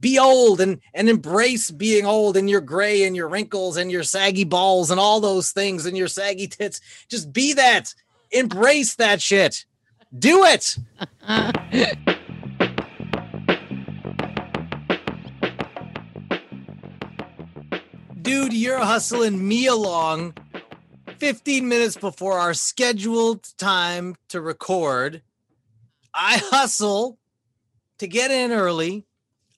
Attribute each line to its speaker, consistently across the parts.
Speaker 1: be old and and embrace being old and your gray and your wrinkles and your saggy balls and all those things and your saggy tits. Just be that. Embrace that shit. Do it. Dude, you're hustling me along 15 minutes before our scheduled time to record. I hustle to get in early.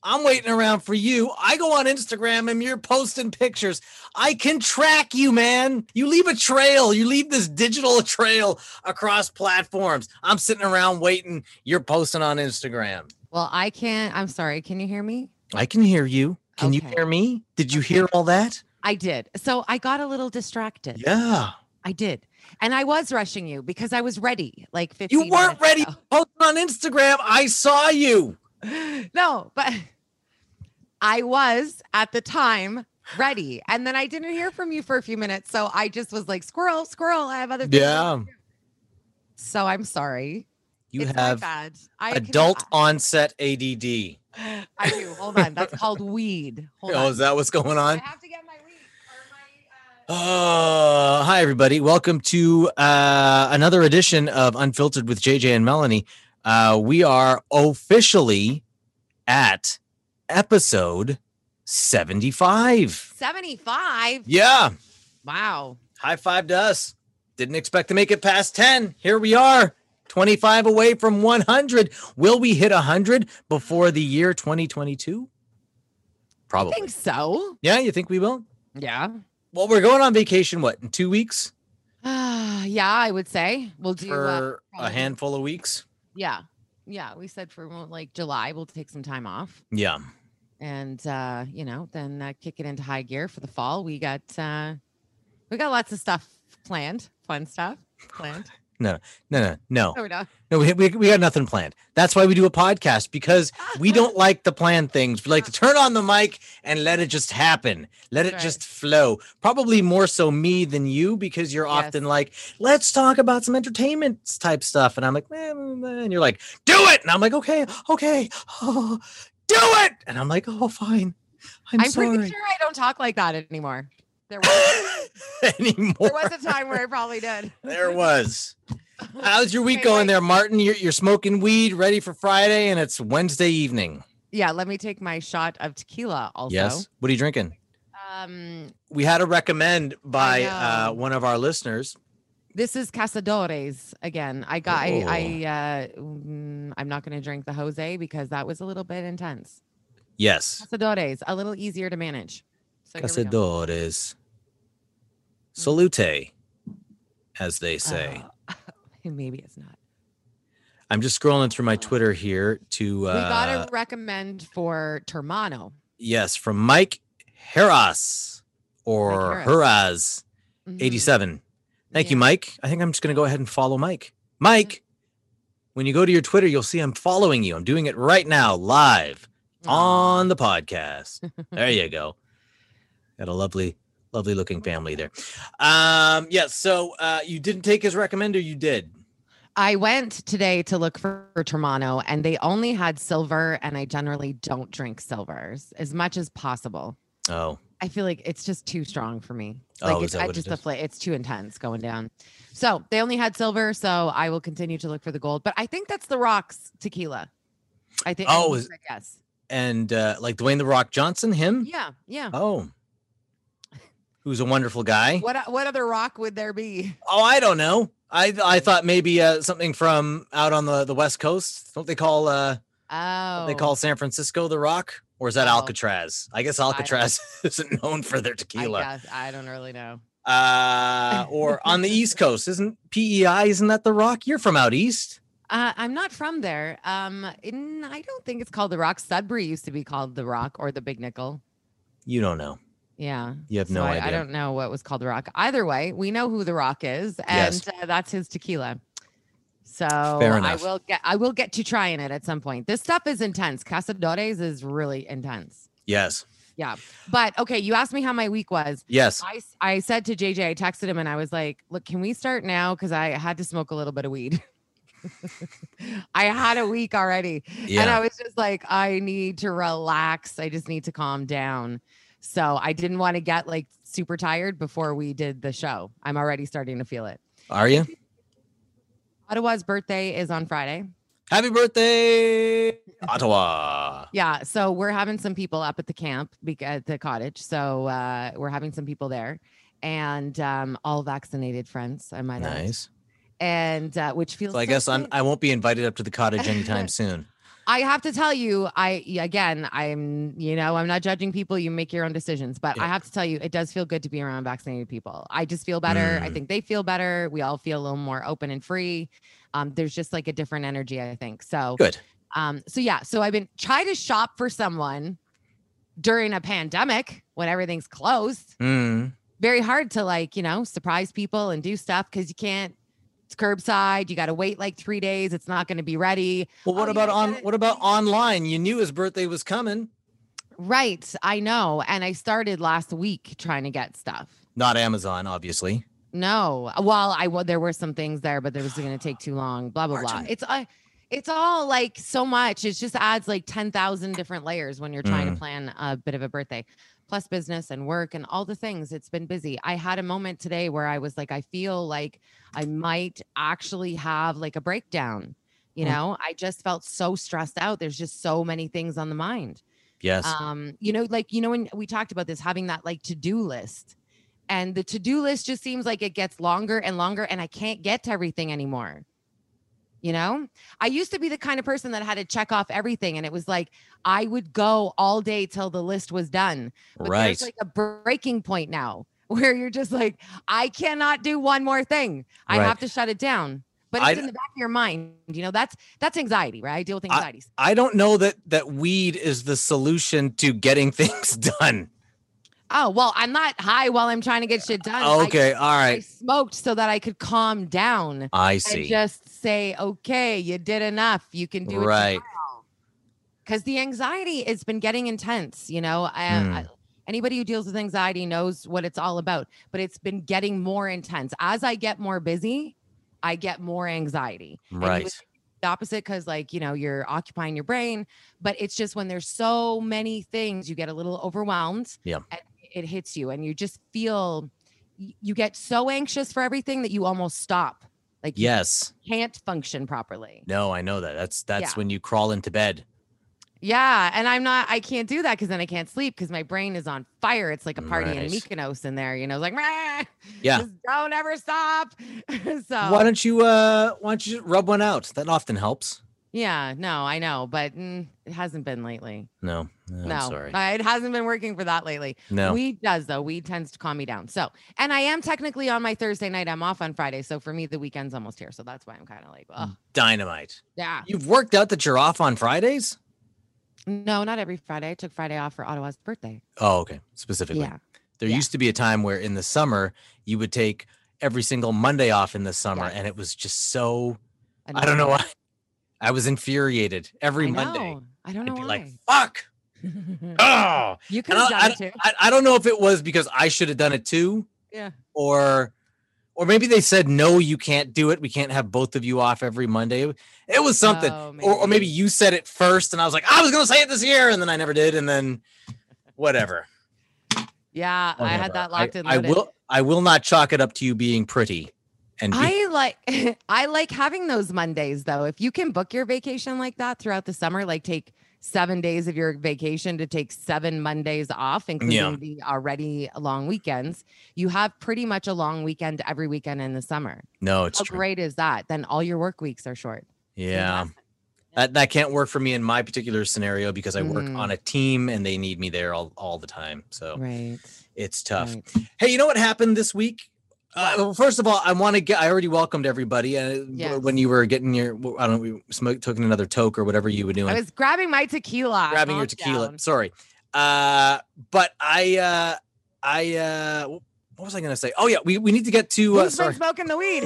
Speaker 1: I'm waiting around for you. I go on Instagram and you're posting pictures. I can track you, man. You leave a trail. You leave this digital trail across platforms. I'm sitting around waiting. You're posting on Instagram.
Speaker 2: Well, I can't. I'm sorry. Can you hear me?
Speaker 1: I can hear you. Can you
Speaker 2: Okay.
Speaker 1: hear me? Did you hear all that?
Speaker 2: I did. So I got a little distracted.
Speaker 1: Yeah.
Speaker 2: I did. And I was rushing you because I was ready like 15
Speaker 1: You weren't
Speaker 2: minutes
Speaker 1: ready
Speaker 2: ago.
Speaker 1: to post on Instagram. I saw you.
Speaker 2: No, but I was at the time ready. And then I didn't hear from you for a few minutes. So I just was like, squirrel, squirrel. I have other things. So I'm sorry.
Speaker 1: You
Speaker 2: It's my
Speaker 1: have
Speaker 2: bad. I can-
Speaker 1: adult onset ADD.
Speaker 2: I, do. Hold on. That's called weed. Hold
Speaker 1: Oh,
Speaker 2: on.
Speaker 1: is that what's going on?
Speaker 2: I have to get my weed or my. Uh...
Speaker 1: Uh, hi, everybody. Welcome to uh, another edition of Unfiltered with JJ and Melanie. Uh, we are officially at episode 75.
Speaker 2: 75.
Speaker 1: Yeah.
Speaker 2: Wow.
Speaker 1: High five to us. Didn't expect to make it past 10. Here we are, 25 away from 100. Will we hit 100 before the year 2022?
Speaker 2: I
Speaker 1: Probably.
Speaker 2: think so.
Speaker 1: Yeah, you think we will?
Speaker 2: Yeah.
Speaker 1: Well, we're going on vacation, what, in two weeks?
Speaker 2: Uh, yeah, I would say we'll do. uh,
Speaker 1: for a
Speaker 2: probably.
Speaker 1: handful of weeks.
Speaker 2: yeah, yeah. We said for well, like July, we'll take some time off,
Speaker 1: Yeah.
Speaker 2: and uh, you know, then uh, kick it into high gear for the fall. We got uh, we got lots of stuff planned, fun stuff planned.
Speaker 1: No, no, no.
Speaker 2: No, we're not.
Speaker 1: No, we, we, we got nothing planned. That's why we do a podcast because we don't like to plan things. We like to turn on the mic and let it just happen. Let it
Speaker 2: Right.
Speaker 1: just flow. Probably more so me than you because you're
Speaker 2: Yes.
Speaker 1: often like, let's talk about some entertainment type stuff. And I'm like, "Eh, mm, eh," and you're like, do it. And I'm like, okay, okay. Oh, do it. And I'm like, oh, fine. I'm,
Speaker 2: I'm
Speaker 1: sorry.
Speaker 2: pretty sure I don't talk like that anymore. There was
Speaker 1: Anymore.
Speaker 2: there was a time where I probably did.
Speaker 1: There was. How's your week
Speaker 2: Okay,
Speaker 1: going
Speaker 2: wait.
Speaker 1: there, Martin? You're, you're smoking weed, ready for Friday, and it's Wednesday evening.
Speaker 2: Yeah, let me take my shot of tequila. Also,
Speaker 1: Yes. What are you drinking?
Speaker 2: um,
Speaker 1: We had a recommend by
Speaker 2: I um,
Speaker 1: uh,
Speaker 2: know.
Speaker 1: one of our listeners.
Speaker 2: This is Casadores again. I got I, I
Speaker 1: Oh.
Speaker 2: uh mm, I'm not going to drink the Jose because that was a little bit intense.
Speaker 1: Yes.
Speaker 2: Casadores, a little easier to manage. So here we go. Hmm.
Speaker 1: Casadores. Salute, as they say.
Speaker 2: Uh, maybe it's not.
Speaker 1: I'm just scrolling through my Twitter here to, uh,
Speaker 2: uh, we got to recommend for Termano.
Speaker 1: yes, from Mike Heras or Heras.
Speaker 2: Harris. Mhm.
Speaker 1: 87. Thank you,
Speaker 2: Yeah.
Speaker 1: Mike. I think I'm just going to go ahead and follow Mike. Mike, when you go to your Twitter, you'll see I'm following you. I'm doing it right now, live
Speaker 2: Aw.
Speaker 1: on the podcast. There you go. Got a lovely, lovely looking family there. Um, yes. so uh, you didn't take his recommender. You did.
Speaker 2: I went today to look for, for Termano and they only had silver and I generally don't drink silvers as much as possible.
Speaker 1: Oh,
Speaker 2: I feel like it's just too strong for me.
Speaker 1: Oh,
Speaker 2: Like
Speaker 1: is
Speaker 2: it's
Speaker 1: that
Speaker 2: I
Speaker 1: what it
Speaker 2: just the
Speaker 1: is?
Speaker 2: fla- it's too intense going down. So they only had silver, so I will continue to look for the gold. But I think that's the rocks tequila. I think. and
Speaker 1: Oh,
Speaker 2: he
Speaker 1: is-
Speaker 2: said yes.
Speaker 1: and uh, like Dwayne the Rock Johnson, him.
Speaker 2: Yeah, yeah.
Speaker 1: Oh, who's a wonderful guy.
Speaker 2: What o- what other rock would there be?
Speaker 1: Oh, I don't know. I I thought maybe uh, something from out on the the West Coast. Don't they call uh
Speaker 2: Oh,
Speaker 1: don't they call San Francisco the Rock, or is that
Speaker 2: Oh.
Speaker 1: Alcatraz? I guess Alcatraz isn't known for their
Speaker 2: I
Speaker 1: tequila.
Speaker 2: guess. I don't really know.
Speaker 1: E Uh, or on the East Coast, isn't PEI? Isn't that the Rock? You're from out east.
Speaker 2: Uh, I'm not from there. Um, in, I don't think it's called the Rock. Sudbury used to be called the Rock or the Big Nickel.
Speaker 1: You don't know.
Speaker 2: Yeah.
Speaker 1: You have
Speaker 2: So
Speaker 1: no
Speaker 2: I,
Speaker 1: idea.
Speaker 2: I don't know what was called the Rock. Either way, we know who the Rock is, and
Speaker 1: Yes.
Speaker 2: uh, that's his tequila. So I
Speaker 1: enough.
Speaker 2: will get I will get to trying it at some point. This stuff is intense. Casadores is really intense.
Speaker 1: Yes.
Speaker 2: But okay, you asked me how my week was.
Speaker 1: Yes.
Speaker 2: I, s- I said to JJ, I texted him and I was like, look, can we start now? Because I had to smoke a little bit of weed. I had a week already. And
Speaker 1: Yeah.
Speaker 2: I was just like, I need to relax. I just need to calm down. So I didn't want to get like super tired before we did the show. I'm already starting to feel it.
Speaker 1: Are you?
Speaker 2: Ottawa's birthday is on Friday.
Speaker 1: Happy birthday, Ottawa.
Speaker 2: Yeah. So we're having some people up at the camp bec- at the cottage. So uh, we're having some people there and um, all vaccinated friends, I might add.
Speaker 1: Nice.
Speaker 2: And uh, which feels
Speaker 1: So I
Speaker 2: so
Speaker 1: guess I'm,
Speaker 2: good.
Speaker 1: I won't be invited up to the cottage anytime soon.
Speaker 2: I have to tell you, I again, I'm you know, I'm not judging people. You make your own decisions, but
Speaker 1: Yeah.
Speaker 2: I have to tell you, it does feel good to be around vaccinated people. I just feel better. I
Speaker 1: Mm.
Speaker 2: think they feel better. We all feel a little more open and free. Um, there's just like a different energy, I think. So,
Speaker 1: Good.
Speaker 2: um, so yeah, so I've been try to shop for someone during a pandemic when everything's closed.
Speaker 1: Hmm.
Speaker 2: Very hard to like you know surprise people and do stuff because you can't. It's curbside. You got to wait like three days. It's not going to be ready.
Speaker 1: Well, what
Speaker 2: Oh,
Speaker 1: about
Speaker 2: yeah, I
Speaker 1: on
Speaker 2: gotta-
Speaker 1: what about online? You knew his birthday was coming.
Speaker 2: Right. I know. And I started last week trying to get stuff.
Speaker 1: Not Amazon, obviously.
Speaker 2: No. Well, I well, there were some things there, but there was going to take too long, blah blah blah.
Speaker 1: Martin.
Speaker 2: It's uh, it's all like so much. It just adds like 10,000 different layers when you're trying to plan a bit of a birthday. Plus business and work and all the things. It's been busy. I had a moment today where I was like I feel like I might actually have like a breakdown. You
Speaker 1: Mm.
Speaker 2: know, I just felt so stressed out. There's just so many things on the mind
Speaker 1: Yes.
Speaker 2: um you know like you know when we talked about this having that like to-do list and the to-do list just seems like it gets longer and longer and i can't get to everything anymore you know i used to be the kind of person that had to check off everything and it was like i would go all day till the list was done but
Speaker 1: right.
Speaker 2: there's like a breaking point now where you're just like i cannot do one more thing i
Speaker 1: Right.
Speaker 2: have to shut it down but it's
Speaker 1: I-
Speaker 2: in the back of your mind you know that's that's anxiety right i deal with
Speaker 1: I-
Speaker 2: anxiety
Speaker 1: I don't know that that weed is the solution to getting things done.
Speaker 2: Oh, well, I'm not high while I'm trying to get shit done. I-
Speaker 1: Okay. All
Speaker 2: I,
Speaker 1: right.
Speaker 2: smoked so that I could calm down
Speaker 1: I
Speaker 2: and
Speaker 1: see.
Speaker 2: just say, okay, you did enough. You can do it.
Speaker 1: Right.
Speaker 2: Because the anxiety has been getting intense. You know, I,
Speaker 1: Hmm.
Speaker 2: I- anybody who deals with anxiety knows what it's all about, but it's been getting more intense. As I get more busy, I get more anxiety. And you would
Speaker 1: Right.
Speaker 2: the opposite because like you know you're occupying your brain but it's just when there's so many things you get a little overwhelmed
Speaker 1: Yeah.
Speaker 2: and it hits you and you just feel y- you get so anxious for everything that you almost stop like you
Speaker 1: Yes.
Speaker 2: can't function properly
Speaker 1: No, I know that. That's that's
Speaker 2: Yeah.
Speaker 1: when you crawl into bed.
Speaker 2: yeah and i'm not i can't do that because then i can't sleep because my brain is on fire it's like a party in
Speaker 1: Right.
Speaker 2: mykonos in there you know it's like "Meh,
Speaker 1: Yeah.
Speaker 2: just don't ever stop so
Speaker 1: Why don't you uh why don't you just rub one out? That often helps.
Speaker 2: yeah no i know but mm, it hasn't been lately
Speaker 1: No. no.
Speaker 2: no
Speaker 1: I'm sorry.
Speaker 2: uh, it hasn't been working for that lately
Speaker 1: No. Mm.
Speaker 2: Weed does though. Weed tends to calm me down. So, and I am technically on my Thursday night. I'm off on Friday. So for me, the weekend's almost here. So that's why I'm kind of
Speaker 1: Mm.
Speaker 2: like, oh,
Speaker 1: Dynamite.
Speaker 2: yeah.
Speaker 1: You've worked out that you're off on Fridays?
Speaker 2: No, not every Friday. I took Friday off for Ottawa's birthday.
Speaker 1: Oh, okay. Specifically.
Speaker 2: Yeah.
Speaker 1: There
Speaker 2: Yeah.
Speaker 1: used to be a time where in the summer you would take every single Monday off in the summer, and it was just so I don't know
Speaker 2: Annoying.
Speaker 1: why. I was infuriated every
Speaker 2: I
Speaker 1: Monday.
Speaker 2: know. I don't
Speaker 1: I'd
Speaker 2: know
Speaker 1: be
Speaker 2: why.
Speaker 1: like, "Fuck!" Oh,
Speaker 2: you
Speaker 1: I
Speaker 2: could have
Speaker 1: don't, I,
Speaker 2: done it
Speaker 1: don't-
Speaker 2: too.
Speaker 1: I, I don't know if it was because I should have done it too,
Speaker 2: Yeah.
Speaker 1: or or maybe they said, "No, you can't do it. We can't have both of you off every Monday." It was something,
Speaker 2: Oh,
Speaker 1: or, or maybe you said it first, and I was like, "I was going to say it this year," and then I never did, and then whatever.
Speaker 2: Yeah, I had
Speaker 1: Whatever.
Speaker 2: that locked in.
Speaker 1: I
Speaker 2: loaded.
Speaker 1: will. I will not chalk it up to you being pretty. And be-
Speaker 2: I like I like having those Mondays though. If you can book your vacation like that throughout the summer, like take seven days of your vacation to take seven Mondays off, including the already long weekends, you have pretty much a long weekend every weekend in the summer.
Speaker 1: no, it's
Speaker 2: How
Speaker 1: true.
Speaker 2: great is that? Then all your work weeks are short.
Speaker 1: Yeah. That, that can't work for me in my particular scenario because I work
Speaker 2: Mhm.
Speaker 1: on a team and they need me there all, all the time. So
Speaker 2: Right.
Speaker 1: it's Oh, tough.
Speaker 2: right.
Speaker 1: Hey, you know what happened this week? Uh, well, first of all, I want to get. I already welcomed everybody. Uh,
Speaker 2: Yes.
Speaker 1: when you were getting your, I don't know, we smoked, took another toke or whatever you were doing.
Speaker 2: I was grabbing my tequila.
Speaker 1: grabbing your
Speaker 2: Calm
Speaker 1: tequila.
Speaker 2: down.
Speaker 1: Sorry. Uh, but I, uh, I, uh, what was I going to say? Oh yeah, we, we need to get to. Uh,
Speaker 2: Who's
Speaker 1: sorry,
Speaker 2: been smoking the weed?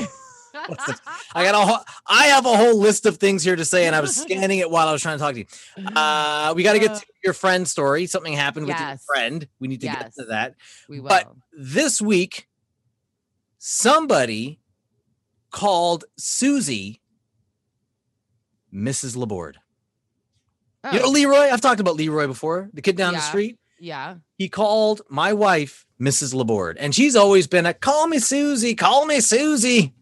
Speaker 1: What's the- I got a whole. I have a whole list of things here to say, and I was scanning it while I was trying to talk to you. Uh, we got to get to your friend story. Something happened with your
Speaker 2: Yes.
Speaker 1: friend. We need to get
Speaker 2: Yes.
Speaker 1: to that.
Speaker 2: we will.
Speaker 1: but- This week, somebody called Susie Mrs. Laborde. You know
Speaker 2: Oh,
Speaker 1: Leroy? I've talked about Leroy before. The kid down the
Speaker 2: Yeah.
Speaker 1: street.
Speaker 2: yeah.
Speaker 1: he called my wife Mrs. Laborde, and she's always been a call me Susie, call me Susie.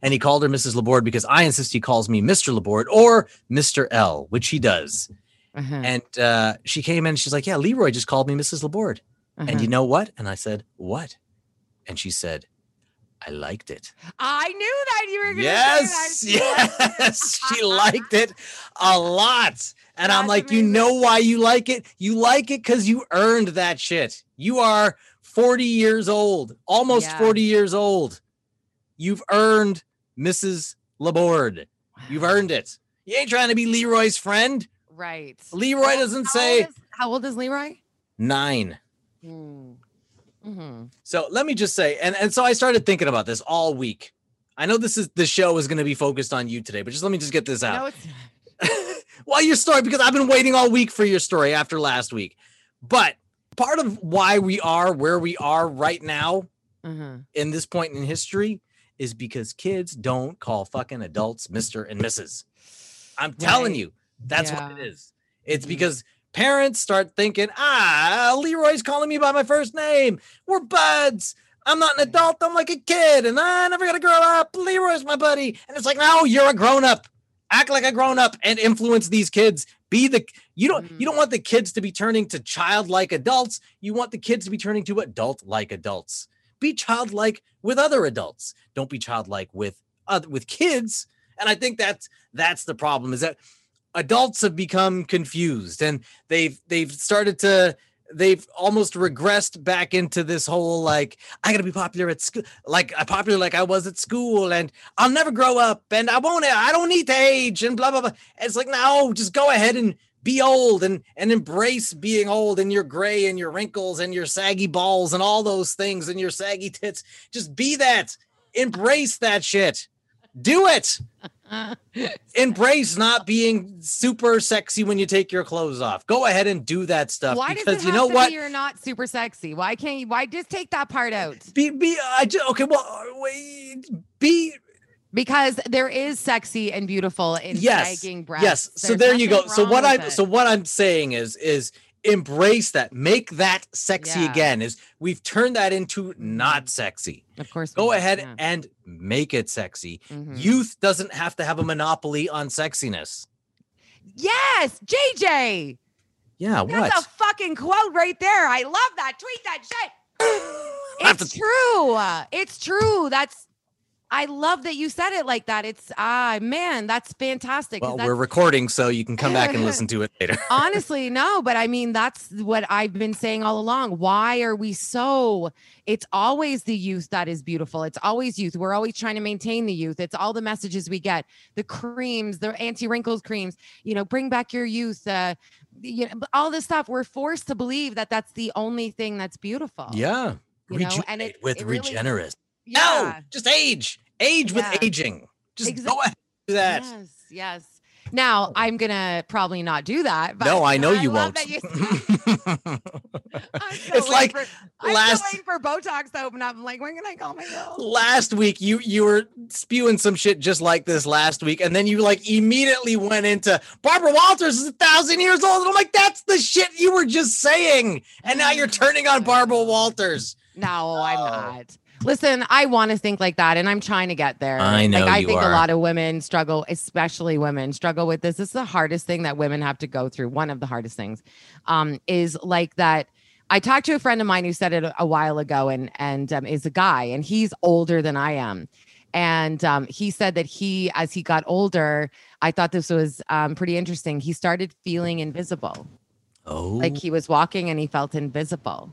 Speaker 1: And he called her Mrs. Laborde because I insist he calls me Mr. Laborde or Mr. L, which he does.
Speaker 2: Uh-huh,
Speaker 1: And uh, she came in, she's like, Yeah, Leroy just called me Mrs. Laborde.
Speaker 2: uh-huh.
Speaker 1: And you know what? And I said, What? And she said, I liked it.
Speaker 2: I knew that you were going to
Speaker 1: Yes,
Speaker 2: say that.
Speaker 1: yes, she liked it a lot. And I'm
Speaker 2: That's
Speaker 1: like, you know
Speaker 2: amazing.
Speaker 1: why you like it? You like it because you earned that shit. You are 40 years old, almost
Speaker 2: Yeah.
Speaker 1: 40 years old. You've earned Mrs. Laborde. You've earned it. You ain't trying to be Leroy's friend.
Speaker 2: Right.
Speaker 1: Leroy
Speaker 2: How-
Speaker 1: doesn't
Speaker 2: how
Speaker 1: say
Speaker 2: Old is, how old is Leroy?
Speaker 1: nine. Hmm.
Speaker 2: Mm-hmm.
Speaker 1: So let me just say, and, and so I started thinking about this all week. I know this is the show is going to be focused on you today, but just let me just get this out.
Speaker 2: No, it's not.
Speaker 1: well, your story, because I've been waiting all week for your story after last week. But part of why we are where we are right now
Speaker 2: Uh-huh.
Speaker 1: in this point in history is because kids don't call fucking adults Mr. and Mrs. I'm telling
Speaker 2: Right.
Speaker 1: you, that's what
Speaker 2: Yeah.
Speaker 1: it is. It's
Speaker 2: Mhm.
Speaker 1: because parents start thinking, ah, Leroy's calling me by my first name. We're buds. I'm not an
Speaker 2: Right.
Speaker 1: adult. I'm like a kid, and I never gotta grow up. Leroy's my buddy, and it's like, no, you're a grown up. Act like a grown up and influence these kids. Be the you don't you don't want the kids to be turning to childlike adults. You want the kids to be turning to adult like adults. Be childlike with other adults. Don't be childlike with other with kids. And I think that's that's the problem is that adults have become confused and they've they've started to they've almost regressed back into this whole like I gotta be popular at school, like uh, popular like I was at school, and I'll never grow up, and I won't, I don't need to age, and blah blah blah. It's like no, just go ahead and be old and and embrace being old and your gray and your wrinkles and your saggy balls and all those things and your saggy tits. Just be that, embrace that shit, do it. Embrace not being super sexy when you take your clothes off. Go ahead and do that stuff
Speaker 2: why does it
Speaker 1: because
Speaker 2: have
Speaker 1: you know
Speaker 2: to
Speaker 1: what?
Speaker 2: be you're not super sexy? Why can't you? Why just take that part out?
Speaker 1: Be be I just okay. Well, uh, wait, be
Speaker 2: Because there is sexy and beautiful in
Speaker 1: Yes,
Speaker 2: sagging breasts.
Speaker 1: yes. So
Speaker 2: There's
Speaker 1: there you go.
Speaker 2: nothing
Speaker 1: So
Speaker 2: wrong
Speaker 1: what
Speaker 2: with
Speaker 1: I'm
Speaker 2: it.
Speaker 1: so what I'm saying is is embrace that. Make that sexy
Speaker 2: Yeah.
Speaker 1: again. Is we've turned that into not sexy.
Speaker 2: of course, we
Speaker 1: Go
Speaker 2: do,
Speaker 1: ahead
Speaker 2: Mm-hmm. yeah.
Speaker 1: and make it sexy.
Speaker 2: Mhm.
Speaker 1: Youth doesn't have to have a monopoly on sexiness.
Speaker 2: yes, JJ.
Speaker 1: Yeah,
Speaker 2: That's a
Speaker 1: what?
Speaker 2: fucking quote right there. I love that. Tweet that shit.
Speaker 1: I have
Speaker 2: It's
Speaker 1: to-
Speaker 2: true. It's true. That's. I love that you said it like that. It's ah man, that's fantastic. 'cause
Speaker 1: well,
Speaker 2: that's
Speaker 1: we're recording, so you can come back and listen to it later.
Speaker 2: Honestly, no, but I mean, that's what I've been saying all along. Why are we so? It's always the youth that is beautiful. It's always youth. We're always trying to maintain the youth. It's all the messages we get the creams, the anti wrinkles creams, you know, bring back your youth, uh, you know, all this stuff. We're forced to believe that that's the only thing that's beautiful.
Speaker 1: Yeah.
Speaker 2: Oh. You know, and
Speaker 1: Rejuvenate
Speaker 2: it-
Speaker 1: with
Speaker 2: it really-
Speaker 1: regenerous.
Speaker 2: Yeah.
Speaker 1: No, just age. Age
Speaker 2: Yeah.
Speaker 1: with aging. Just
Speaker 2: Exact-
Speaker 1: go ahead and do that.
Speaker 2: Yes. Yes. Now I'm going to probably not do that. But
Speaker 1: no, I know you won't.
Speaker 2: love that you- I'm
Speaker 1: it's
Speaker 2: still waiting
Speaker 1: like
Speaker 2: for- I'm
Speaker 1: last-
Speaker 2: still waiting for Botox to open up. I'm like, when can I call myself?
Speaker 1: last week you you were spewing some shit just like this last week, and then you like immediately went into Barbara Walters is a thousand years old. And I'm like, that's the shit you were just saying, and now you're turning on Barbara Walters.
Speaker 2: No, I'm
Speaker 1: No.
Speaker 2: not. Listen, I want to think like that, and I'm trying to get there.
Speaker 1: I know
Speaker 2: Like, I
Speaker 1: you
Speaker 2: think
Speaker 1: are.
Speaker 2: a lot of women struggle, especially women struggle with this. This is the hardest thing that women have to go through. One of the hardest things um, is like that. I talked to a friend of mine who said it a- a while ago, and and um, is a guy, and he's older than I am, and um, he said that he, as he got older, I thought this was um, pretty interesting. He started feeling invisible.
Speaker 1: Oh,
Speaker 2: like he was walking and he felt invisible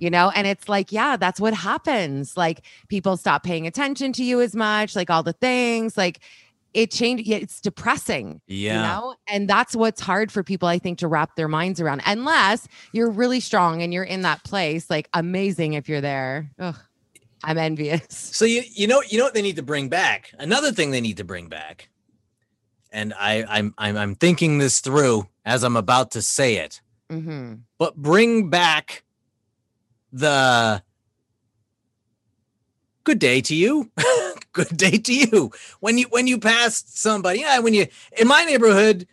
Speaker 2: you know and it's like yeah that's what happens like people stop paying attention to you as much like all the things like it changed yeah, it's depressing
Speaker 1: Yeah.
Speaker 2: you know and that's what's hard for people i think to wrap their minds around unless you're really strong and you're in that place like amazing if you're there Ugh, i'm envious
Speaker 1: So you you know you know what they need to bring back. Another thing they need to bring back, and I I'm I'm, I'm thinking this through as I'm about to say it.
Speaker 2: hmm
Speaker 1: But bring back the good day to you. good day to you. When you when you pass somebody, yeah. When you in my neighborhood,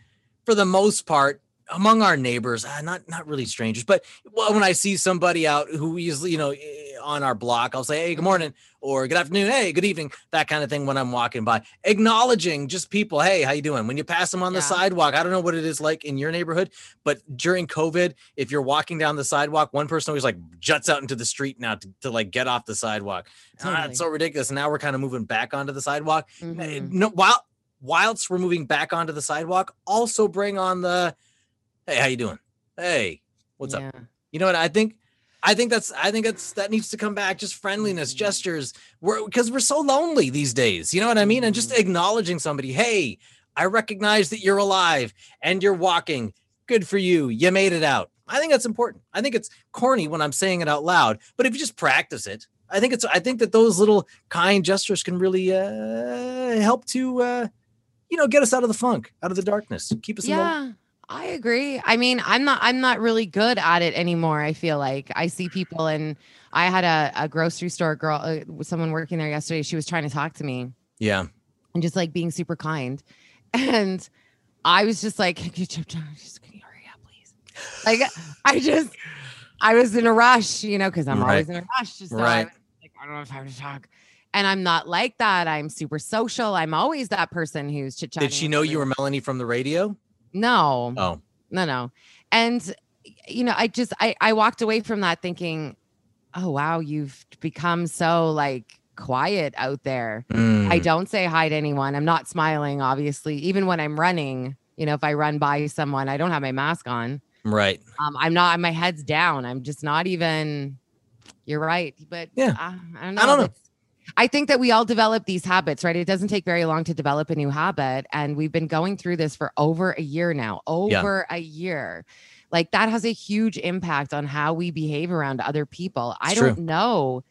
Speaker 1: for the most part, among our neighbors, ah, not not really strangers, but well, when I see somebody out who usually you know eh, on our block, I'll say, "Hey, good morning," or "Good afternoon," "Hey, good evening," that kind of thing. When I'm walking by, acknowledging just people, "Hey, how you doing?" When you pass them on the
Speaker 2: Yeah.
Speaker 1: sidewalk, I don't know what it is like in your neighborhood, but during COVID, if you're walking down the sidewalk, one person always like juts out into the street now to, to like get off the sidewalk. Ah,
Speaker 2: Totally.
Speaker 1: it's so ridiculous. Now we're kind of moving back onto the sidewalk. Eh,
Speaker 2: Mm-hmm.
Speaker 1: No, while whilst we're moving back onto the sidewalk, also bring on the hey, how you doing? Hey, what's up? You know what I think? I think that's I think that's that needs to come back. Just friendliness,
Speaker 2: Mhm.
Speaker 1: gestures. We're because we're so lonely these days. You know what I mean? And just
Speaker 2: Mhm.
Speaker 1: acknowledging somebody. Hey, I recognize that you're alive and you're walking. Good for you. You made it out. I think that's important. I think it's corny when I'm saying it out loud, but if you just practice it, I think it's I think that those little kind gestures can really uh help to uh you know get us out of the funk, out of the darkness, keep us in the
Speaker 2: yeah i agree i mean i'm not i'm not really good at it anymore i feel like i see people and i had a, a grocery store girl uh, someone working there yesterday she was trying to talk to me
Speaker 1: Yeah.
Speaker 2: and just like being super kind and i was just like can you, just, can you hurry up please like i just i was in a rush you know because i'm always in a rush so I
Speaker 1: Right.
Speaker 2: was like i don't have time to talk and i'm not like that i'm super social i'm always that person who's chit-chatting
Speaker 1: Did she
Speaker 2: with
Speaker 1: know you
Speaker 2: everyone.
Speaker 1: were Melanie from the radio?
Speaker 2: no
Speaker 1: Oh.
Speaker 2: no no and you know i just i i walked away from that thinking oh wow you've become so like quiet out there i
Speaker 1: Mm.
Speaker 2: don't say hi to anyone i'm not smiling obviously even when i'm running you know if i run by someone i don't have my mask on
Speaker 1: right.
Speaker 2: um, i'm not my head's down i'm just not even you're right but
Speaker 1: Yeah.
Speaker 2: i, I don't know
Speaker 1: I don't know.
Speaker 2: It's- I think that we all develop these habits, right? It doesn't take very long to develop a new habit. And we've been going through this for over a year now, over a year. Like that has a huge impact on how we behave around other people. I
Speaker 1: It's
Speaker 2: don't
Speaker 1: true.
Speaker 2: know.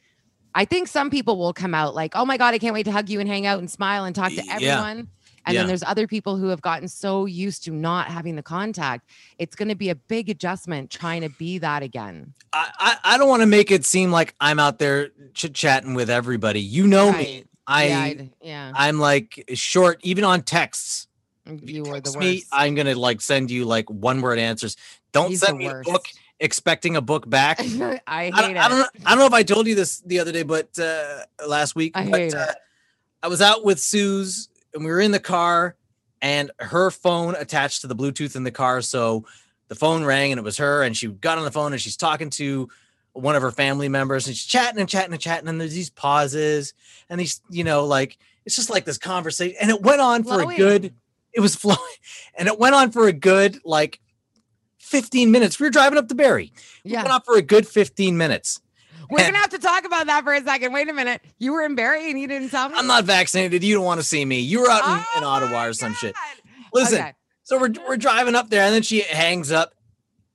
Speaker 2: I think some people will come out like, oh my God, I can't wait to hug you and hang out and smile and talk to
Speaker 1: Yeah.
Speaker 2: everyone. And
Speaker 1: Yeah.
Speaker 2: then there's other people who have gotten so used to not having the contact. It's going to be a big adjustment trying to be that again.
Speaker 1: I, I, I don't want to make it seem like I'm out there chit chatting with everybody. You know me.
Speaker 2: Right.
Speaker 1: I
Speaker 2: yeah, I'd- yeah.
Speaker 1: I'm like short, even on texts. If
Speaker 2: you were the
Speaker 1: text
Speaker 2: worst.
Speaker 1: me, I'm gonna like send you like one word answers. Don't
Speaker 2: He's the
Speaker 1: send me a book
Speaker 2: worst.
Speaker 1: expecting a book back. I,
Speaker 2: I hate
Speaker 1: don't,
Speaker 2: it.
Speaker 1: I don't know, I don't know if I told you this the other day, but uh last week.
Speaker 2: I
Speaker 1: but,
Speaker 2: hate
Speaker 1: uh,
Speaker 2: it.
Speaker 1: I was out with Suze and we were in the car and her phone attached to the Bluetooth in the car. So the phone rang and it was her and she got on the phone and she's talking to one of her family members and she's chatting and chatting and chatting and there's these pauses and these, you know, like it's just like this conversation and it went on for a
Speaker 2: Flowing.
Speaker 1: good, it was flowing and it went on for a good like 15 minutes. We were driving up to Barry. We
Speaker 2: Yeah.
Speaker 1: went on for a good 15 minutes.
Speaker 2: We're gonna have to talk about that for a second. Wait a minute. You were in Barry and you didn't tell me.
Speaker 1: I'm not vaccinated. You don't want to see me. You were out in, in
Speaker 2: Oh
Speaker 1: Ottawa
Speaker 2: my
Speaker 1: or some shit.
Speaker 2: God.
Speaker 1: Listen,
Speaker 2: Okay.
Speaker 1: So we're we're driving up there, and then she hangs up,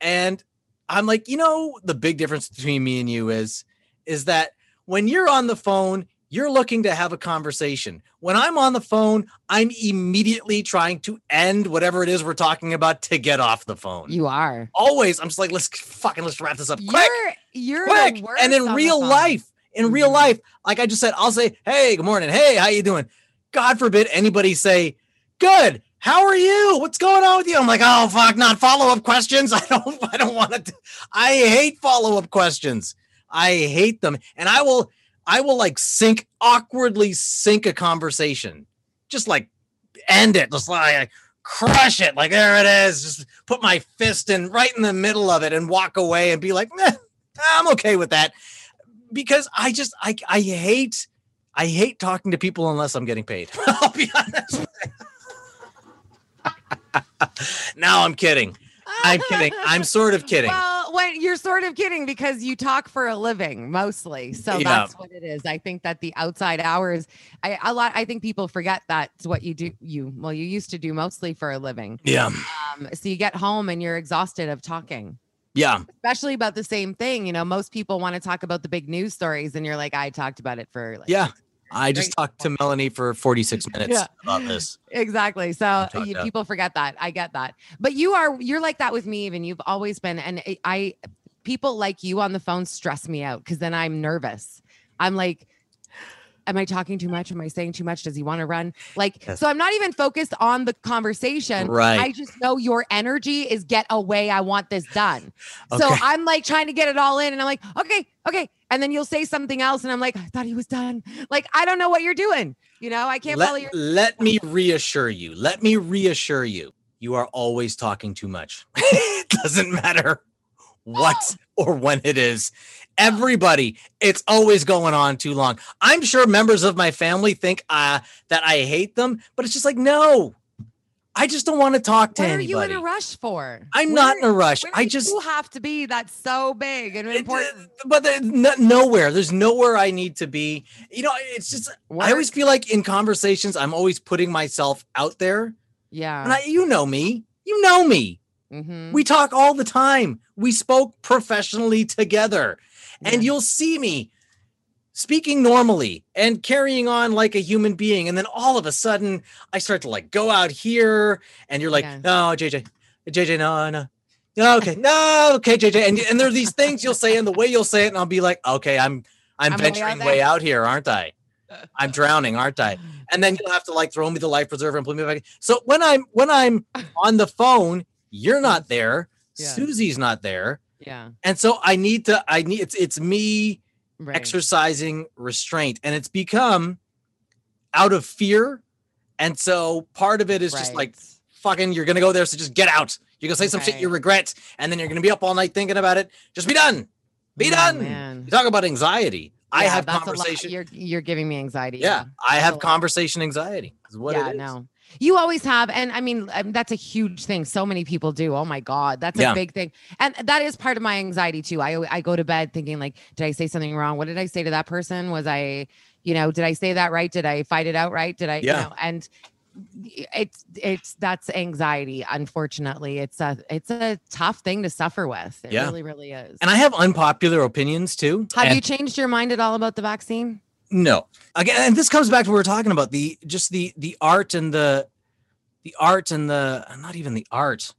Speaker 1: and I'm like, you know, the big difference between me and you is, is that when you're on the phone, you're looking to have a conversation. When I'm on the phone, I'm immediately trying to end whatever it is we're talking about to get off the phone.
Speaker 2: you are.
Speaker 1: Always, I'm just like, let's fucking let's wrap this up quick,
Speaker 2: You're you're
Speaker 1: quick.
Speaker 2: the worst
Speaker 1: And
Speaker 2: on
Speaker 1: in
Speaker 2: the
Speaker 1: real
Speaker 2: phone.
Speaker 1: life, in real
Speaker 2: Mhm.
Speaker 1: life, like I just said, I'll say, hey, good morning, hey, how you doing? God forbid anybody say, good. How are you? What's going on with you? I'm like, oh fuck, not follow up questions. I don't, I don't want to. I hate follow up questions. I hate them, and I will, I will like sink awkwardly sink a conversation, just like end it, just like I crush it, like there it is. Just put my fist in right in the middle of it and walk away and be like, "Meh, I'm okay with that, because I just, I, I hate. I hate talking to people unless I'm getting paid. I'll be honest. Now I'm kidding. I'm kidding. I'm sort of kidding.
Speaker 2: Well, when you're sort of kidding because you talk for a living mostly. So
Speaker 1: Yeah.
Speaker 2: that's what it is. I think that the outside hours, I a lot I think people forget that's what you do you well, you used to do mostly for a living.
Speaker 1: Yeah.
Speaker 2: Um, so you get home and you're exhausted of talking.
Speaker 1: Yeah.
Speaker 2: Especially about the same thing. You know, most people want to talk about the big news stories, and you're like, I talked about it for like
Speaker 1: Yeah. I just
Speaker 2: Great.
Speaker 1: talked to Melanie for 46 minutes
Speaker 2: Yeah.
Speaker 1: about this.
Speaker 2: Exactly. So
Speaker 1: talked
Speaker 2: you-
Speaker 1: up.
Speaker 2: people forget that. I get that. But you are you're like that with me even. You've always been and I- I people like you on the phone stress me out cuz then I'm nervous. I'm like am I talking too much? Am I saying too much? Does he want to run? Like
Speaker 1: Yes.
Speaker 2: so I'm not even focused on the conversation.
Speaker 1: Right.
Speaker 2: I just know your energy is get away. I want this done. So
Speaker 1: Okay.
Speaker 2: I'm like trying to get it all in and I'm like, "Okay, okay." And then you'll say something else and I'm like, "I thought he was done." Like I don't know what you're doing. You know, I can't follow your
Speaker 1: let, let me reassure you. Let me reassure you. You are always talking too much. it doesn't matter what
Speaker 2: Oh.
Speaker 1: or when it is. Everybody, it's always going on too long. I'm sure members of my family think uh, that I hate them, but it's just like, no, I just don't want to talk to
Speaker 2: What
Speaker 1: anybody.
Speaker 2: are you in a rush for?
Speaker 1: I'm
Speaker 2: Where-
Speaker 1: not in a rush.
Speaker 2: where
Speaker 1: I
Speaker 2: do
Speaker 1: just
Speaker 2: you have to be. That's so big and
Speaker 1: It-
Speaker 2: important.
Speaker 1: uh, but there- no, nowhere. There's nowhere I need to be. You know, it's just I always
Speaker 2: Work.
Speaker 1: feel like in conversations I'm always putting myself out there, and
Speaker 2: yeah.
Speaker 1: I, you know me, you know me.
Speaker 2: Mhm.
Speaker 1: We talk all the time. We spoke professionally together, and
Speaker 2: Yeah.
Speaker 1: you'll see me speaking normally and carrying on like a human being. And then all of a sudden, I start to like go out here, and you're like,
Speaker 2: Yeah.
Speaker 1: no, JJ, JJ, no, no. No, okay, no, okay, JJ, and and there are these things you'll say and the way you'll say it, and I'll be like, okay, I'm I'm,
Speaker 2: I'm way out
Speaker 1: venturing
Speaker 2: there."
Speaker 1: way out here, aren't I? I'm drowning, aren't I? and then you'll have to like throw me the life preserver and put me back. in. So when I'm when I'm on the phone, you're not there.
Speaker 2: Mm. Yeah.
Speaker 1: Susie's not there,
Speaker 2: yeah.
Speaker 1: and so I need to. I need it's it's me
Speaker 2: Right.
Speaker 1: exercising restraint, and it's become out of fear, and so part of it is just
Speaker 2: Right.
Speaker 1: like fucking. You're gonna go there, so just get out. You're gonna say some shit you
Speaker 2: Right.
Speaker 1: regret, and then you're gonna be up all night thinking about it. Just be done. Be
Speaker 2: Oh,
Speaker 1: done.
Speaker 2: man.
Speaker 1: You talk about anxiety. I
Speaker 2: Yeah,
Speaker 1: have
Speaker 2: that's a lot.
Speaker 1: conversation.
Speaker 2: You're you're giving me anxiety.
Speaker 1: yeah, I
Speaker 2: that's a
Speaker 1: have
Speaker 2: lot.
Speaker 1: conversation anxiety. Is what
Speaker 2: yeah,
Speaker 1: it is.
Speaker 2: no. You always have, and I mean, um, that's a huge thing. So many people do. Oh my God, that's
Speaker 1: Yeah.
Speaker 2: a big thing, and that is part of my anxiety too. I I go to bed thinking like, did I say something wrong? What did I say to that person? Was I, you know, did I say that right? Did I fight it out right? Did I,
Speaker 1: Yeah.
Speaker 2: you know, and it's it's that's anxiety. Unfortunately, it's a it's a tough thing to suffer with. It
Speaker 1: Yeah.
Speaker 2: really, really is.
Speaker 1: and I have unpopular opinions too.
Speaker 2: have
Speaker 1: And
Speaker 2: you changed your mind at all about the vaccine?
Speaker 1: No, again, and this comes back to what we were talking about the just the the art and the the art and the not even the art,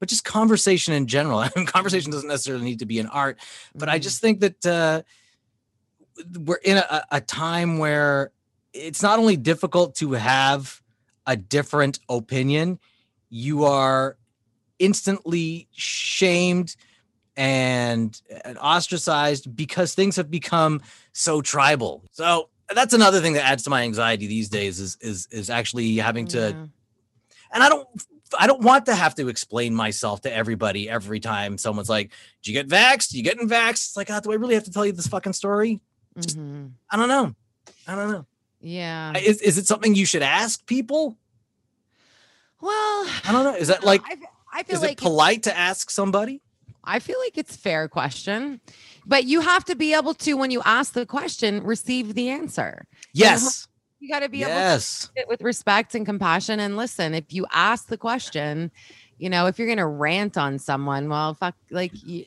Speaker 1: but just conversation in general. I mean, conversation doesn't necessarily need to be an art, but I
Speaker 2: Mhm.
Speaker 1: just think that uh, we're in a, a time where it's not only difficult to have a different opinion, you are instantly shamed and, and ostracized because things have become so tribal. So that's another thing that adds to my anxiety these days is is is actually having to
Speaker 2: Yeah.
Speaker 1: and I don't I don't want to have to explain myself to everybody every time someone's like, "Do you get vaxxed? Do you getting vaxxed?" It's like, "God, do I really have to tell you this fucking story?" just-
Speaker 2: Mhm.
Speaker 1: I don't know. I don't know.
Speaker 2: yeah.
Speaker 1: Is is it something you should ask people?
Speaker 2: well,
Speaker 1: I don't know. Is that
Speaker 2: no,
Speaker 1: like
Speaker 2: I, f- I feel
Speaker 1: is
Speaker 2: like
Speaker 1: it
Speaker 2: it's-
Speaker 1: polite to ask somebody?
Speaker 2: I feel like it's fair question, but you have to be able to when you ask the question receive the answer.
Speaker 1: Yes.
Speaker 2: You got to be able to
Speaker 1: Yes.
Speaker 2: sit with respect and compassion and listen. If you ask the question, you know if you're gonna rant on someone, well, fuck, like y-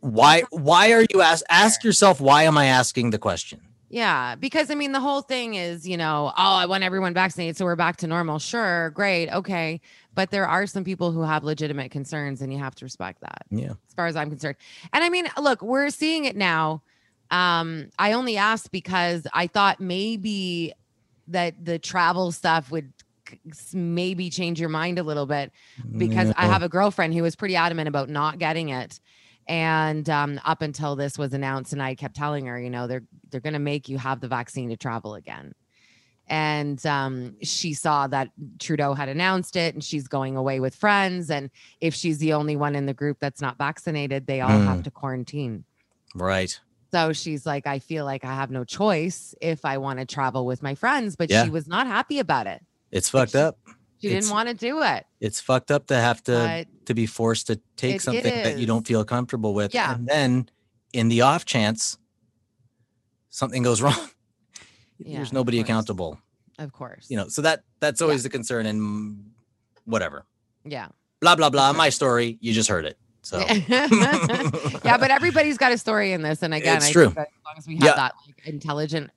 Speaker 1: Why why are you ask ask yourself why am I asking the question?
Speaker 2: yeah, because I mean the whole thing is you know oh I want everyone vaccinated so we're back to normal. Sure, great, okay, but there are some people who have legitimate concerns and you have to respect that.
Speaker 1: Yeah.
Speaker 2: as far as I'm concerned. And I mean, look, we're seeing it now. Um, I only asked because I thought maybe that the travel stuff would c- maybe change your mind a little bit because I have a girlfriend who was pretty adamant about not getting it. And um, up until this was announced, and I kept telling her, you know, they're they're going to make you have the vaccine to travel again. And um, she saw that Trudeau had announced it, and she's going away with friends. And if she's the only one in the group that's not vaccinated, they all
Speaker 1: Mm.
Speaker 2: have to quarantine.
Speaker 1: right.
Speaker 2: So she's like, I feel like I have no choice if I want to travel with my friends. But
Speaker 1: Yeah.
Speaker 2: she was not happy about it.
Speaker 1: It's fucked up.
Speaker 2: She
Speaker 1: It's-
Speaker 2: didn't want to do it.
Speaker 1: It's fucked up to have to
Speaker 2: But
Speaker 1: to be forced to take
Speaker 2: It
Speaker 1: something that you don't
Speaker 2: is.
Speaker 1: feel comfortable with.
Speaker 2: Yeah.
Speaker 1: And then in the off chance something goes wrong,
Speaker 2: Yeah,
Speaker 1: there's
Speaker 2: of
Speaker 1: nobody
Speaker 2: course.
Speaker 1: accountable.
Speaker 2: of course.
Speaker 1: You know, so that that's always the concern and whatever.
Speaker 2: Yeah.
Speaker 1: Blah blah blah. My story, you just heard it. So
Speaker 2: yeah, but everybody's got a story in this. And again,
Speaker 1: It's
Speaker 2: I
Speaker 1: true.
Speaker 2: think that as long as we have
Speaker 1: Yeah.
Speaker 2: that like intelligent,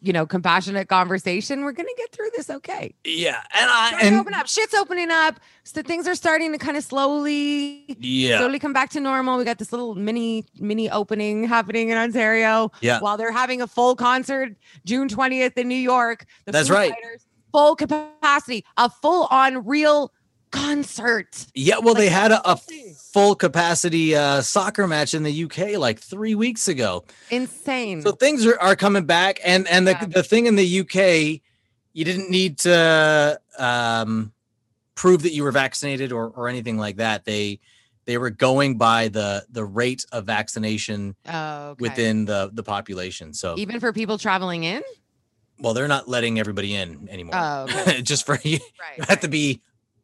Speaker 2: you know, compassionate conversation, we're gonna get through this okay.
Speaker 1: yeah, and I
Speaker 2: Starting to
Speaker 1: and
Speaker 2: open up. Shit's opening up. So things are starting to kind of slowly
Speaker 1: yeah,
Speaker 2: slowly come back to normal. We got this little mini mini opening happening in Ontario.
Speaker 1: Yeah.
Speaker 2: While they're having a full concert June 20th in New York. The
Speaker 1: That's
Speaker 2: Foo
Speaker 1: right.
Speaker 2: Fighters, full capacity, a full on real concert.
Speaker 1: yeah. Well, they
Speaker 2: Like,
Speaker 1: had a, a
Speaker 2: thing.
Speaker 1: full capacity uh, soccer match in the UK like three weeks ago.
Speaker 2: Insane.
Speaker 1: So things are, are coming back, and and the,
Speaker 2: Mm. Yeah.
Speaker 1: the thing in the UK, you didn't need to um, prove that you were vaccinated or or anything like that. They they were going by the the rate of vaccination
Speaker 2: oh, okay. E
Speaker 1: within the the population. So
Speaker 2: even for people traveling in.
Speaker 1: well, they're not letting everybody in anymore.
Speaker 2: Oh, okay.
Speaker 1: Just for you
Speaker 2: Right.
Speaker 1: have to be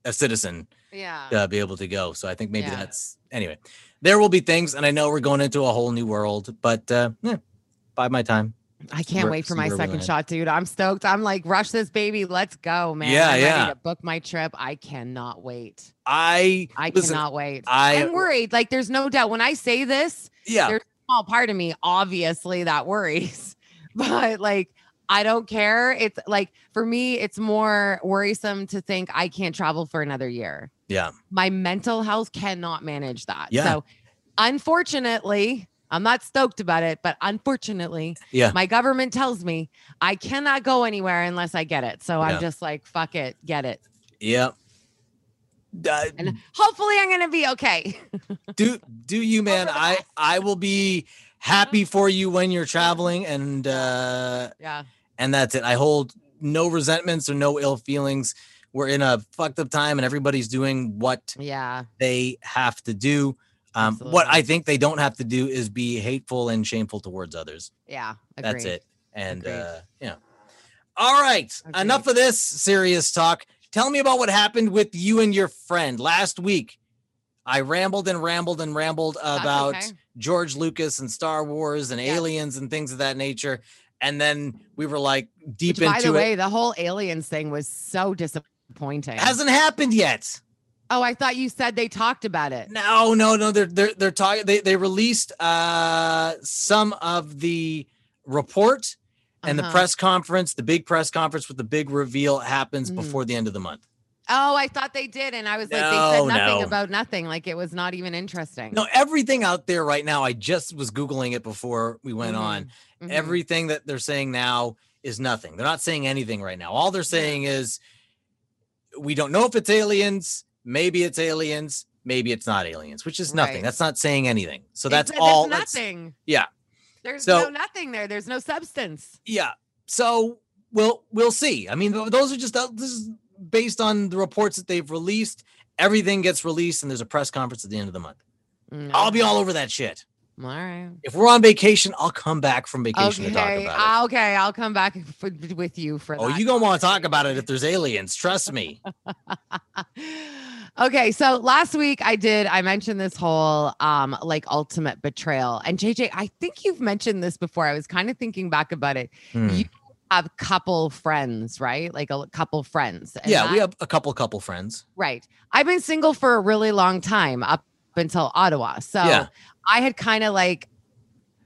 Speaker 1: a citizen
Speaker 2: yeah.
Speaker 1: to be able to go. So I think maybe
Speaker 2: Yeah.
Speaker 1: that's anyway. There will be things, and I know we're going into a whole new world, but uh, yeah, buy my time.
Speaker 2: I can't
Speaker 1: where-
Speaker 2: wait for
Speaker 1: see
Speaker 2: my
Speaker 1: where we
Speaker 2: second
Speaker 1: land.
Speaker 2: shot, dude. I'm stoked. I'm like, rush this baby. Let's go, man.
Speaker 1: Yeah,
Speaker 2: I'm ready
Speaker 1: yeah.
Speaker 2: to book my trip. I cannot wait.
Speaker 1: I
Speaker 2: I
Speaker 1: Listen,
Speaker 2: cannot wait.
Speaker 1: I-
Speaker 2: I'm worried. Like, there's no doubt. When I say this,
Speaker 1: yeah.
Speaker 2: small part of me obviously that worries but like i don't care it's like for me it's more worrisome to think i can't travel for another year
Speaker 1: Yeah.
Speaker 2: my mental health cannot manage that
Speaker 1: Yeah.
Speaker 2: so unfortunately i'm not stoked about it but unfortunately
Speaker 1: Yeah.
Speaker 2: my government tells me i cannot go anywhere unless i get it so
Speaker 1: Yeah.
Speaker 2: i'm just like fuck it get it
Speaker 1: Yeah. Uh,
Speaker 2: and hopefully i'm gonna be okay
Speaker 1: do do you man
Speaker 2: Over the
Speaker 1: i
Speaker 2: best.
Speaker 1: i will be happy for you when you're traveling and uh
Speaker 2: yeah
Speaker 1: and that's it i hold no resentments or no ill feelings we're in a fucked up time and everybody's doing what
Speaker 2: yeah
Speaker 1: they have to do um what
Speaker 2: Absolutely.
Speaker 1: i think they don't have to do is be hateful and shameful towards others
Speaker 2: yeah
Speaker 1: that's
Speaker 2: agreed.
Speaker 1: it and
Speaker 2: Agreed.
Speaker 1: uh yeah all right enough
Speaker 2: Agreed.
Speaker 1: of this serious talk tell me about what happened with you and your friend last week i rambled and rambled and rambled
Speaker 2: That's
Speaker 1: about
Speaker 2: okay.
Speaker 1: george lucas and star wars and
Speaker 2: Yeah.
Speaker 1: aliens and things of that nature and then we were like deep
Speaker 2: Which, by
Speaker 1: into
Speaker 2: the
Speaker 1: it
Speaker 2: way, the whole aliens thing was so disappointing.
Speaker 1: hasn't happened yet
Speaker 2: oh, I thought you said they talked about it.
Speaker 1: No, no, no. They're they're they're talking. They they released uh some of the report and the
Speaker 2: Uh-huh.
Speaker 1: press conference. The big press conference with the big reveal happens
Speaker 2: Mhm.
Speaker 1: before the end of the month.
Speaker 2: Oh, I thought they did, and I was like, they
Speaker 1: No,
Speaker 2: said nothing
Speaker 1: no.
Speaker 2: about nothing. Like it was not even interesting.
Speaker 1: No, everything out there right now. I just was googling it before we went on.
Speaker 2: Mhm, mhm.
Speaker 1: Everything that they're saying now is nothing. They're not saying anything right now. All they're saying is we don't know if it's aliens. Maybe it's aliens. Maybe it's not aliens, which is nothing.
Speaker 2: Right.
Speaker 1: That's not saying anything. So
Speaker 2: They
Speaker 1: that's
Speaker 2: said
Speaker 1: all.
Speaker 2: There's
Speaker 1: that's-
Speaker 2: nothing.
Speaker 1: yeah.
Speaker 2: There's
Speaker 1: So-
Speaker 2: no nothing there. There's no substance.
Speaker 1: yeah so we'll we'll see i mean th- those are just th- this is based on the reports that they've released everything gets released and there's a press conference at the end of the month
Speaker 2: No.
Speaker 1: i'll be all over that shit
Speaker 2: Mm-hmm. All right.
Speaker 1: if we're on vacation i'll come back from vacation to talk
Speaker 2: Okay.
Speaker 1: about it
Speaker 2: Okay. I'll come back f- with you for
Speaker 1: oh
Speaker 2: that.
Speaker 1: you gonna want to talk about it if there's aliens trust me
Speaker 2: okay, so last week I did I mentioned this whole um like ultimate betrayal. And JJ, I think you've mentioned this before. I was kind of thinking back about it.
Speaker 1: Hmm.
Speaker 2: You have couple friends, right? Like a couple friends. and
Speaker 1: yeah we
Speaker 2: that-
Speaker 1: have a couple couple friends
Speaker 2: right. I've been single for a really long time up until Ottawa. So
Speaker 1: Yeah.
Speaker 2: I had kind of like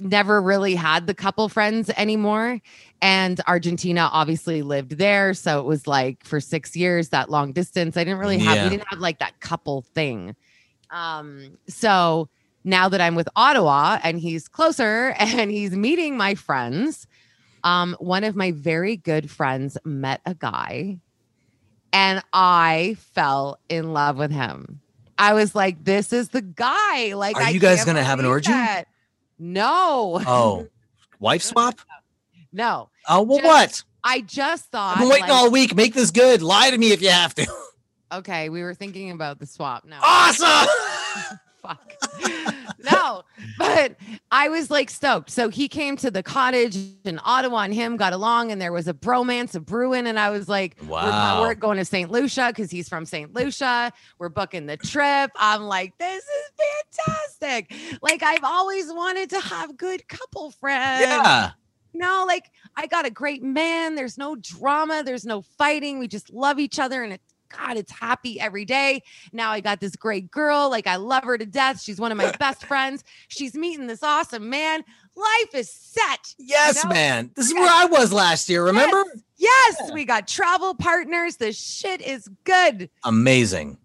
Speaker 2: never really had the couple friends anymore. And Argentina obviously lived there. So it was like for six years, that long distance. I didn't really have,
Speaker 1: Yeah.
Speaker 2: we didn't have like that couple thing. Um, so now that I'm with Ottawa and he's closer and he's meeting my friends, um, one of my very good friends met a guy and I fell in love with him. I was like, this is the guy. Like,
Speaker 1: Are
Speaker 2: I
Speaker 1: you guys
Speaker 2: can't
Speaker 1: gonna have an
Speaker 2: believe
Speaker 1: orgy?
Speaker 2: that. No,
Speaker 1: oh wife swap
Speaker 2: no.
Speaker 1: oh well
Speaker 2: Just-
Speaker 1: what
Speaker 2: I just thought.
Speaker 1: i've been waiting
Speaker 2: like,
Speaker 1: all week make this good lie to me if you have to
Speaker 2: Okay, we were thinking
Speaker 1: Ah!
Speaker 2: about the swap. No,
Speaker 1: awesome
Speaker 2: fuck. no, but I was like stoked. So he came to the cottage in Ottawa and him got along, and there was a bromance, a brewing. And I was like,
Speaker 1: Wow.
Speaker 2: we're, we're going to St. Lucia because he's from St. Lucia. We're booking the trip. I'm like, this is fantastic. Like, I've always wanted to have good couple friends.
Speaker 1: yeah.
Speaker 2: No, like, I got a great man. There's no drama, there's no fighting. We just love each other. And it, God, it's happy every day. Now I got this great girl. Like, I love her to death. She's one of my best friends. She's meeting this awesome man. Life is set.
Speaker 1: Yes,
Speaker 2: You know?
Speaker 1: man. This is where I was last year. Remember?
Speaker 2: Yes, we got travel partners. The shit is good.
Speaker 1: Amazing.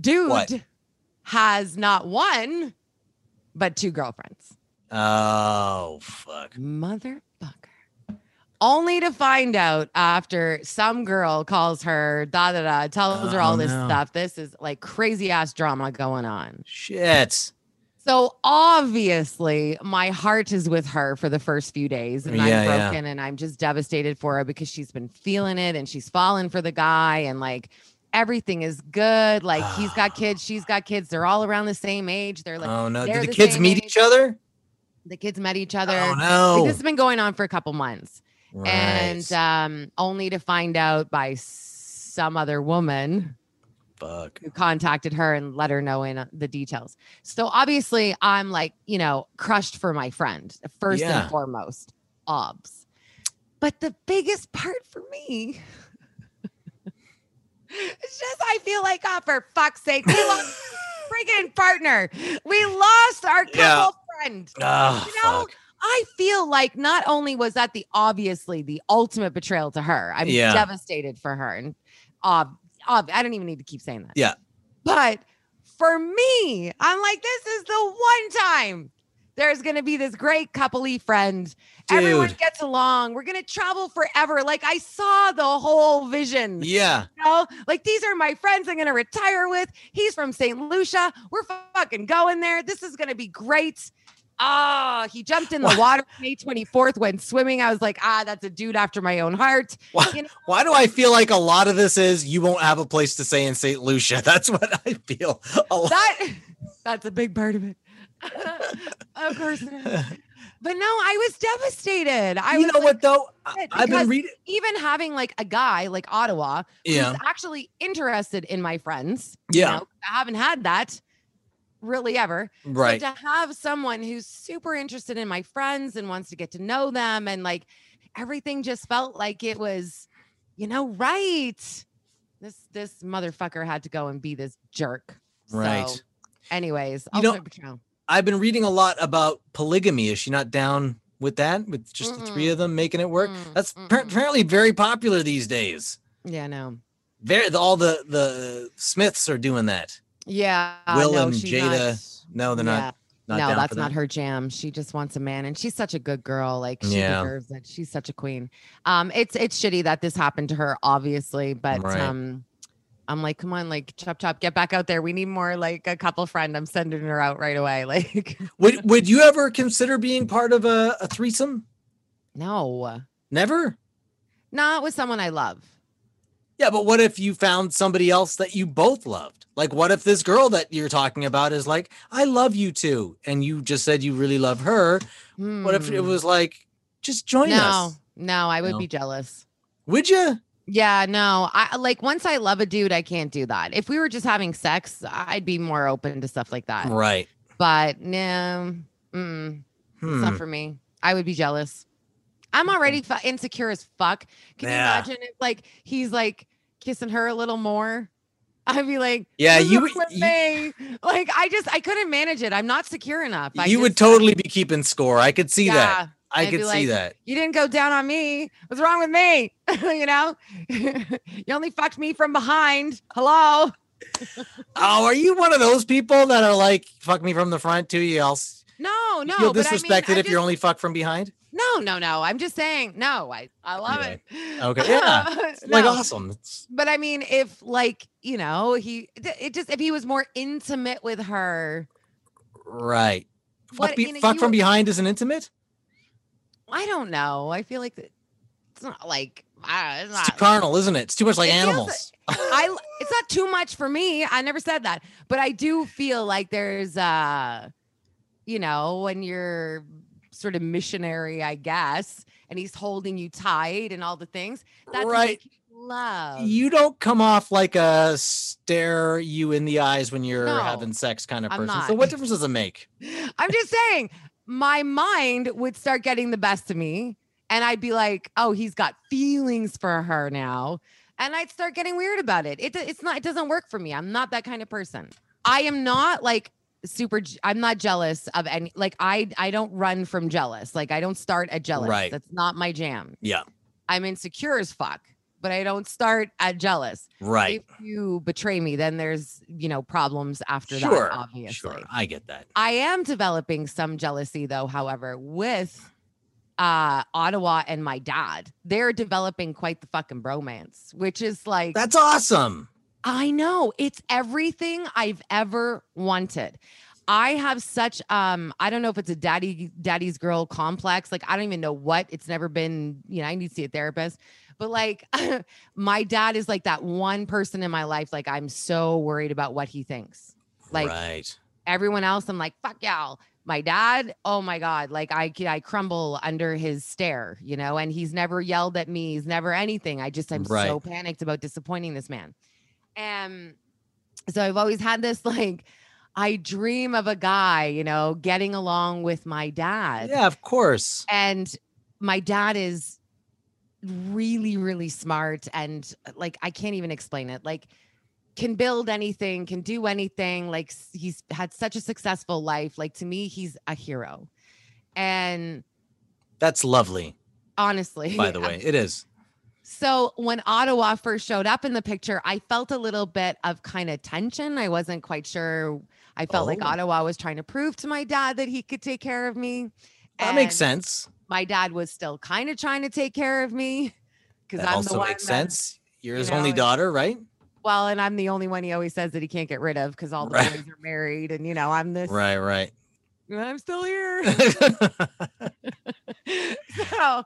Speaker 2: Dude
Speaker 1: What?
Speaker 2: has not one, but two girlfriends.
Speaker 1: Oh fuck.
Speaker 2: Motherfucker. Only to find out after some girl calls her, da da da, tells her
Speaker 1: Oh,
Speaker 2: all this
Speaker 1: no.
Speaker 2: stuff. This is like crazy ass drama going on.
Speaker 1: Shit.
Speaker 2: So obviously, my heart is with her for the first few days, and
Speaker 1: Yeah,
Speaker 2: I'm
Speaker 1: yeah.
Speaker 2: broken and I'm just devastated for her because she's been feeling it and she's fallen for the guy, and like everything is good. Like he's got kids, she's got kids. They're all around the same age. They're like
Speaker 1: oh no.
Speaker 2: they're
Speaker 1: Did the
Speaker 2: the
Speaker 1: kids
Speaker 2: same
Speaker 1: meet
Speaker 2: age.
Speaker 1: each other?
Speaker 2: the kids met each other.
Speaker 1: Oh
Speaker 2: Like,
Speaker 1: no.
Speaker 2: this has been going on for a couple months,
Speaker 1: Right.
Speaker 2: and um, only to find out by s- some other woman
Speaker 1: fuck.
Speaker 2: who contacted her and let her know in uh, the details. So obviously, I'm like, you know, crushed for my friend first
Speaker 1: Yeah.
Speaker 2: and foremost, obs. But the biggest part for me, it's just I feel like, oh, for fuck's sake, we lost our friggin' partner. We lost our couple
Speaker 1: Yeah.
Speaker 2: friend.
Speaker 1: Oh,
Speaker 2: You know,
Speaker 1: fuck.
Speaker 2: I feel like not only was that the obviously the ultimate betrayal to her, I'm
Speaker 1: Yeah.
Speaker 2: devastated for her. And ob, ob, I don't even need to keep saying that.
Speaker 1: Yeah.
Speaker 2: But for me, I'm like, this is the one time there's going to be this great couple friend. Everyone
Speaker 1: Dude.
Speaker 2: gets along. We're going to travel forever. Like, I saw the whole vision.
Speaker 1: Yeah.
Speaker 2: You know, like these are my friends I'm going to retire with. He's from St. Lucia. We're fucking going there. This is going to be great. Ah, he jumped in the
Speaker 1: Wha-
Speaker 2: water May 24th when swimming. I was like, ah, that's a dude after my own heart.
Speaker 1: Why,
Speaker 2: You know-
Speaker 1: why do I feel like a lot of this is you won't have a place to stay in St. Lucia? That's what I feel. A lot.
Speaker 2: That that's a big part of it. of course it is. But no, I was devastated. I
Speaker 1: you
Speaker 2: was
Speaker 1: know
Speaker 2: like,
Speaker 1: what though? I,
Speaker 2: shit,
Speaker 1: I've
Speaker 2: because-
Speaker 1: been reading.
Speaker 2: even having like a guy like Ottawa who's
Speaker 1: Yeah.
Speaker 2: actually interested in my friends. you
Speaker 1: Yeah.
Speaker 2: know, I haven't had that really ever.
Speaker 1: Right.
Speaker 2: So to have someone who's super interested in my friends and wants to get to know them and like everything just felt like it was, you know, right. This this motherfucker had to go and be this jerk.
Speaker 1: Right.
Speaker 2: So, anyways,
Speaker 1: You know-
Speaker 2: ultimate betrayal.
Speaker 1: I've been reading a lot about polygamy. Is she not down with that? With just the three
Speaker 2: Mm-mm.
Speaker 1: of them making it work?
Speaker 2: Mm,
Speaker 1: That's par-
Speaker 2: mm-mm.
Speaker 1: apparently very popular these days.
Speaker 2: Yeah, no.
Speaker 1: Very, the, all the the Smiths are doing that.
Speaker 2: Yeah.
Speaker 1: Will
Speaker 2: no,
Speaker 1: and
Speaker 2: she's
Speaker 1: Jada,
Speaker 2: not-
Speaker 1: No, they're
Speaker 2: Yeah.
Speaker 1: not. not
Speaker 2: no,
Speaker 1: down
Speaker 2: that's
Speaker 1: for
Speaker 2: not
Speaker 1: that.
Speaker 2: her jam. She just wants a man, and she's such a good girl. Like she
Speaker 1: Yeah.
Speaker 2: deserves it. She's such a queen. Um, it's it's shitty that this happened to her, obviously, but
Speaker 1: Right.
Speaker 2: um, I'm like, come on, like chop chop, get back out there. We need more like a couple friend. I'm sending her out right away. Like,
Speaker 1: Would Would you ever consider being part of a, a threesome?
Speaker 2: no,
Speaker 1: Never.
Speaker 2: not with someone I love.
Speaker 1: Yeah, but what if you found somebody else that you both loved? Like, what if this girl that you're talking about is like, I love you too, and you just said you really love her? What if it
Speaker 2: Hmm.
Speaker 1: was like, just join
Speaker 2: No,
Speaker 1: us?
Speaker 2: no, I would
Speaker 1: No.
Speaker 2: be jealous.
Speaker 1: Would you?
Speaker 2: Yeah, no. I like once I love a dude, I can't do that. If we were just having sex, I'd be more open to stuff like that.
Speaker 1: Right.
Speaker 2: But no, mm, it's
Speaker 1: Hmm.
Speaker 2: not for me. I would be jealous. I'm already fu- insecure as fuck. Can you
Speaker 1: Yeah.
Speaker 2: imagine if like he's like kissing her a little more? I'd be like,
Speaker 1: Yeah,
Speaker 2: "This
Speaker 1: you
Speaker 2: is
Speaker 1: would-
Speaker 2: with me." like I just I couldn't manage it. I'm not secure enough. I
Speaker 1: you would
Speaker 2: just-
Speaker 1: totally be keeping score. I could see that.
Speaker 2: Yeah,
Speaker 1: I
Speaker 2: I'd be
Speaker 1: could see
Speaker 2: like,
Speaker 1: that.
Speaker 2: You didn't go down on me. What's wrong with me? you know, you only fucked me from behind. Hello.
Speaker 1: Oh, are you one of those people that are like, fuck me from the front too? You else
Speaker 2: No, no.
Speaker 1: feel
Speaker 2: but I mean,
Speaker 1: disrespected
Speaker 2: I
Speaker 1: if you're
Speaker 2: just-
Speaker 1: only fuck from behind?
Speaker 2: No, no, no. I'm just saying. No, I, I love
Speaker 1: Okay.
Speaker 2: it.
Speaker 1: Okay, yeah. It's Like
Speaker 2: No.
Speaker 1: awesome. It's,
Speaker 2: But I mean, if like you know, he th- it just if he was more intimate with her,
Speaker 1: right.
Speaker 2: What-
Speaker 1: fuck be-
Speaker 2: you know,
Speaker 1: fuck
Speaker 2: you
Speaker 1: from
Speaker 2: would-
Speaker 1: behind isn't intimate.
Speaker 2: I don't know. I feel like th- it's not like I don't know,
Speaker 1: It's
Speaker 2: it's
Speaker 1: too
Speaker 2: not.
Speaker 1: carnal, isn't it? It's too much like
Speaker 2: It feels-
Speaker 1: animals.
Speaker 2: I it's not too much for me. I never said that, but I do feel like there's uh you know, when you're sort of missionary, I guess, and he's holding you tight and all the things. That's
Speaker 1: Right.
Speaker 2: like love.
Speaker 1: You don't come off like a stare you in the eyes when you're
Speaker 2: No,
Speaker 1: having sex kind of
Speaker 2: I'm
Speaker 1: person.
Speaker 2: not.
Speaker 1: So what difference does it make?
Speaker 2: I'm just saying, my mind would start getting the best of me. And I'd be like, oh, he's got feelings for her now. And I'd start getting weird about it. it it's not, it doesn't work for me. I'm not that kind of person. I am not like super, j- I'm not jealous of any, like I, I don't run from jealous. Like I don't start at jealous.
Speaker 1: Right.
Speaker 2: That's not my jam.
Speaker 1: Yeah.
Speaker 2: I'm insecure as fuck, but I don't start at jealous.
Speaker 1: Right.
Speaker 2: If you betray me, then there's, you know, problems after
Speaker 1: Sure.
Speaker 2: that, obviously.
Speaker 1: Sure. I get that.
Speaker 2: I am developing some jealousy though, however, with uh Ottawa and my dad. They're developing quite the fucking bromance, which is like
Speaker 1: That's awesome.
Speaker 2: I know it's everything I've ever wanted. I have such um I don't know if it's a daddy daddy's girl complex like I don't even know what it's never been you know I need to see a therapist but like my dad is like that one person in my life like I'm so worried about what he thinks like
Speaker 1: right.
Speaker 2: everyone else i'm like fuck y'all my dad oh my god like i c- i crumble under his stare you know and he's never yelled at me he's never anything i just i'm so
Speaker 1: Right.
Speaker 2: panicked about disappointing this man um so i've always had this like i dream of a guy you know getting along with my dad
Speaker 1: Yeah, of course.
Speaker 2: and my dad is really really smart and like i can't even explain it like can build anything can do anything like s- he's had such a successful life like to me he's a hero and
Speaker 1: That's lovely,
Speaker 2: honestly
Speaker 1: by the
Speaker 2: I'm
Speaker 1: way. It is.
Speaker 2: so when Ottawa first showed up in the picture, I felt a little bit of kind of tension. I wasn't quite sure. I felt like
Speaker 1: Oh.
Speaker 2: Ottawa was trying to prove to my dad that he could take care of me.
Speaker 1: That makes
Speaker 2: And
Speaker 1: sense.
Speaker 2: My dad was still kind of trying to take care of me because
Speaker 1: That
Speaker 2: I'm the
Speaker 1: also
Speaker 2: one.
Speaker 1: makes
Speaker 2: that-
Speaker 1: sense. You're
Speaker 2: you
Speaker 1: his only
Speaker 2: know,
Speaker 1: daughter, right?
Speaker 2: Well, and I'm the only one he always says that he can't get rid of because all the
Speaker 1: Right.
Speaker 2: boys are married, and you know I'm this.
Speaker 1: Right, right.
Speaker 2: I'm still here. so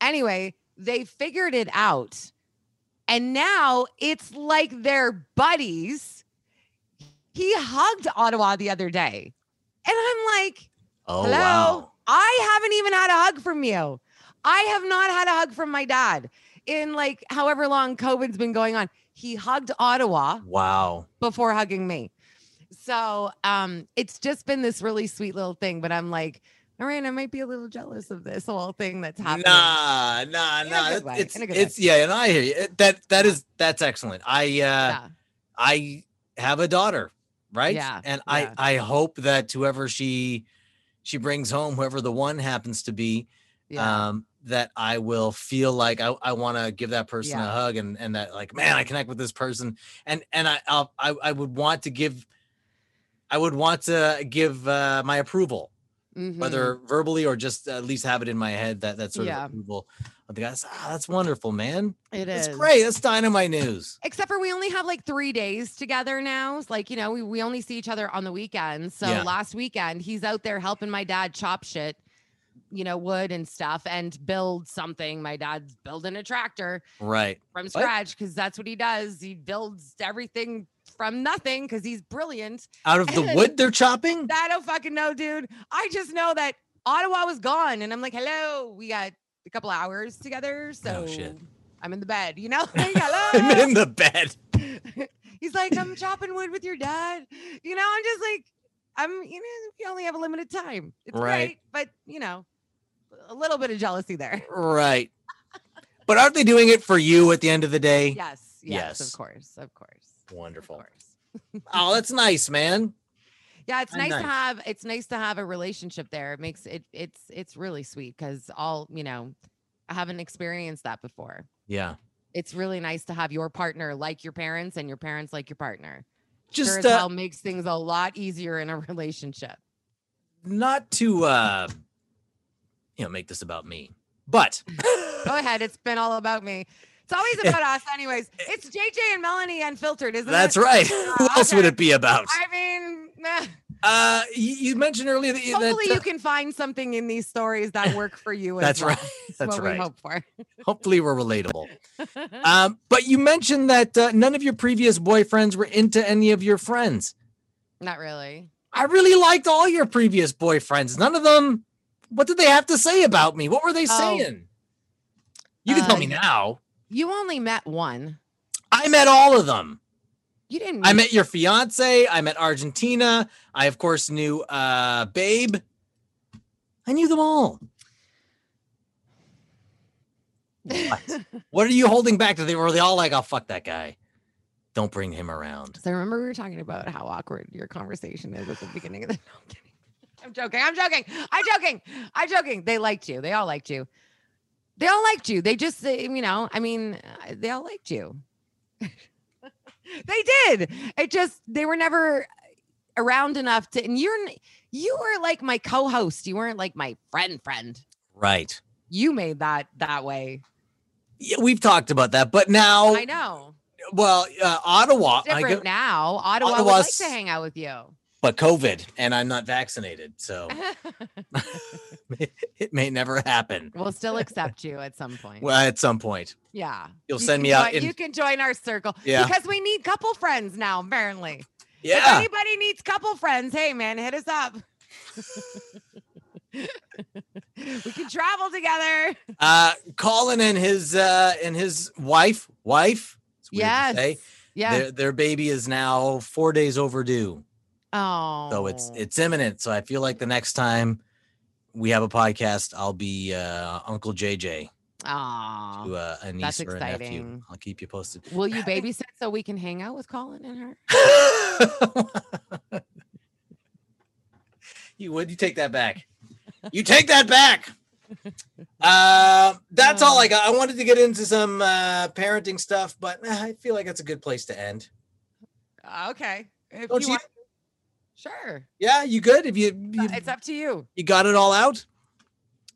Speaker 2: anyway, they figured it out. And now it's like they're buddies. He hugged Ottawa the other day. And I'm like,
Speaker 1: oh,
Speaker 2: hello,
Speaker 1: wow.
Speaker 2: I haven't even had a hug from you. I have not had a hug from my dad in like however long COVID's been going on. He hugged Ottawa
Speaker 1: Wow.
Speaker 2: before hugging me. So um it's just been this really sweet little thing, but I'm like, all right, I might be a little jealous of this whole thing that's happening.
Speaker 1: Nah, nah,
Speaker 2: In a
Speaker 1: nah.
Speaker 2: good
Speaker 1: It-
Speaker 2: way,
Speaker 1: It's
Speaker 2: in a good
Speaker 1: it's yeah, and I hear you. It- That that
Speaker 2: Yeah.
Speaker 1: is that's excellent. I uh
Speaker 2: Yeah.
Speaker 1: I have a daughter, right?
Speaker 2: Yeah,
Speaker 1: And
Speaker 2: yeah.
Speaker 1: I I hope that whoever she she brings home, whoever the one happens to be,
Speaker 2: Yeah.
Speaker 1: um, that I will feel like I, I want to give that person
Speaker 2: Yeah.
Speaker 1: a hug and and that like man I connect with this person and and I I'll, I I would want to give I would want to give uh, my approval
Speaker 2: Mm-hmm.
Speaker 1: whether verbally or just at least have it in my head that that sort
Speaker 2: Yeah.
Speaker 1: of approval of the guys ah, that's wonderful man
Speaker 2: Mhm. it
Speaker 1: that's
Speaker 2: is
Speaker 1: great that's dynamite news
Speaker 2: Except for we only have like three days together now. It's Like, you know, we, we only see each other on the weekends. So
Speaker 1: Yeah.
Speaker 2: last weekend, he's out there helping my dad chop shit, you know, wood and stuff and build something. My dad's building a tractor.
Speaker 1: right
Speaker 2: from scratch because that's what he does. He builds everything from nothing because he's brilliant.
Speaker 1: out of the wood they're chopping
Speaker 2: I don't fucking know, dude. I just know that Ottawa was gone, and I'm like, hello, we got a couple hours together, so
Speaker 1: Oh, shit.
Speaker 2: I'm in the bed, you know.
Speaker 1: I'm
Speaker 2: Like, hello.
Speaker 1: in the bed
Speaker 2: he's like, I'm chopping wood with your dad. You know, I'm just like, I'm. You know, we only have a limited time. It's
Speaker 1: Right.
Speaker 2: great, but you know, a little bit of jealousy there.
Speaker 1: right but aren't they doing it for you at the end of the day
Speaker 2: Yes, yes,
Speaker 1: Yes.
Speaker 2: of course, of course, of
Speaker 1: wonderful
Speaker 2: course.
Speaker 1: oh that's nice man
Speaker 2: Yeah, it's
Speaker 1: And
Speaker 2: nice,
Speaker 1: nice.
Speaker 2: to have it's nice to have a relationship there. It makes it it's it's really sweet because all you know, I haven't experienced that before.
Speaker 1: yeah
Speaker 2: It's really nice to have your partner like your parents and your parents like your partner. Just sure
Speaker 1: just
Speaker 2: as
Speaker 1: uh,
Speaker 2: hell makes things a lot easier in a relationship.
Speaker 1: not to uh you know make this about me but
Speaker 2: Go ahead, it's been all about me. It's always about us, anyways. It's JJ and Melanie unfiltered, isn't
Speaker 1: that's
Speaker 2: it? Oh,
Speaker 1: right who else would
Speaker 2: okay.
Speaker 1: it be about
Speaker 2: I mean, eh,
Speaker 1: uh you, you mentioned earlier that, that,
Speaker 2: hopefully
Speaker 1: uh,
Speaker 2: you can find something in these stories that work for you. as
Speaker 1: that's
Speaker 2: well.
Speaker 1: right
Speaker 2: It's
Speaker 1: that's
Speaker 2: what
Speaker 1: right
Speaker 2: we hope for.
Speaker 1: hopefully we're relatable um, but you mentioned that uh, none of your previous boyfriends were into any of your friends
Speaker 2: Not really.
Speaker 1: I really liked all your previous boyfriends. None of them, what did they have to say about me? What were they
Speaker 2: Oh.
Speaker 1: saying? You can
Speaker 2: Uh,
Speaker 1: tell me now.
Speaker 2: You only met one.
Speaker 1: I met all of them.
Speaker 2: You didn't.
Speaker 1: I
Speaker 2: meet-
Speaker 1: met your fiance. I met Argentina. I, of course, knew uh, Babe. I knew them all. What? what are you holding back? They were they all like, "Oh fuck that guy, don't bring him around."
Speaker 2: So I remember we were talking about how awkward your conversation is at the beginning of the. No, I'm kidding. I'm joking. I'm joking. I'm joking. I'm joking. They liked you. They all liked you. They all liked you. They just, uh, you know, I mean, uh, they all liked you. they did. It just they were never around enough to. And you're n- you were like my co-host. You weren't like my friend. Friend.
Speaker 1: Right?
Speaker 2: You made that that way.
Speaker 1: Yeah, we've talked about that, but now,
Speaker 2: I know.
Speaker 1: well, uh, Ottawa,
Speaker 2: It's
Speaker 1: Oh, I
Speaker 2: different
Speaker 1: go,
Speaker 2: now. Ottawa would like
Speaker 1: Ottawa's-
Speaker 2: to hang out with you.
Speaker 1: but COVID, and I'm not vaccinated, so it may never happen.
Speaker 2: we'll still accept you at some point.
Speaker 1: Well, at some point,
Speaker 2: yeah.
Speaker 1: you'll
Speaker 2: You
Speaker 1: send
Speaker 2: can
Speaker 1: me out.
Speaker 2: join-
Speaker 1: In,
Speaker 2: you can join our circle.
Speaker 1: Yeah.
Speaker 2: Because we need couple friends now, apparently. If
Speaker 1: yeah,
Speaker 2: anybody needs couple friends, hey man, hit us up. we can travel together.
Speaker 1: uh, Colin and his uh, and his wife, wife. It's weird to say.
Speaker 2: Yes. Yeah.
Speaker 1: Their, their baby is now four days overdue.
Speaker 2: Oh.
Speaker 1: So it's it's imminent. So I feel like the next time we have a podcast, I'll be uh, Uncle JJ
Speaker 2: Aw.
Speaker 1: to uh, a niece
Speaker 2: that's
Speaker 1: or a nephew.
Speaker 2: exciting.
Speaker 1: I'll keep you posted.
Speaker 2: Will you babysit so we can hang out with Colin and her?
Speaker 1: you would you take that back? You take that back. Uh, that's all I got. I wanted to get into some uh, parenting stuff, but uh, I feel like that's a good place to end.
Speaker 2: Uh, okay. If
Speaker 1: Don't you-
Speaker 2: want- Sure.
Speaker 1: Yeah, you good? If you
Speaker 2: Uh,
Speaker 1: you,
Speaker 2: It's up to you.
Speaker 1: you got it all out,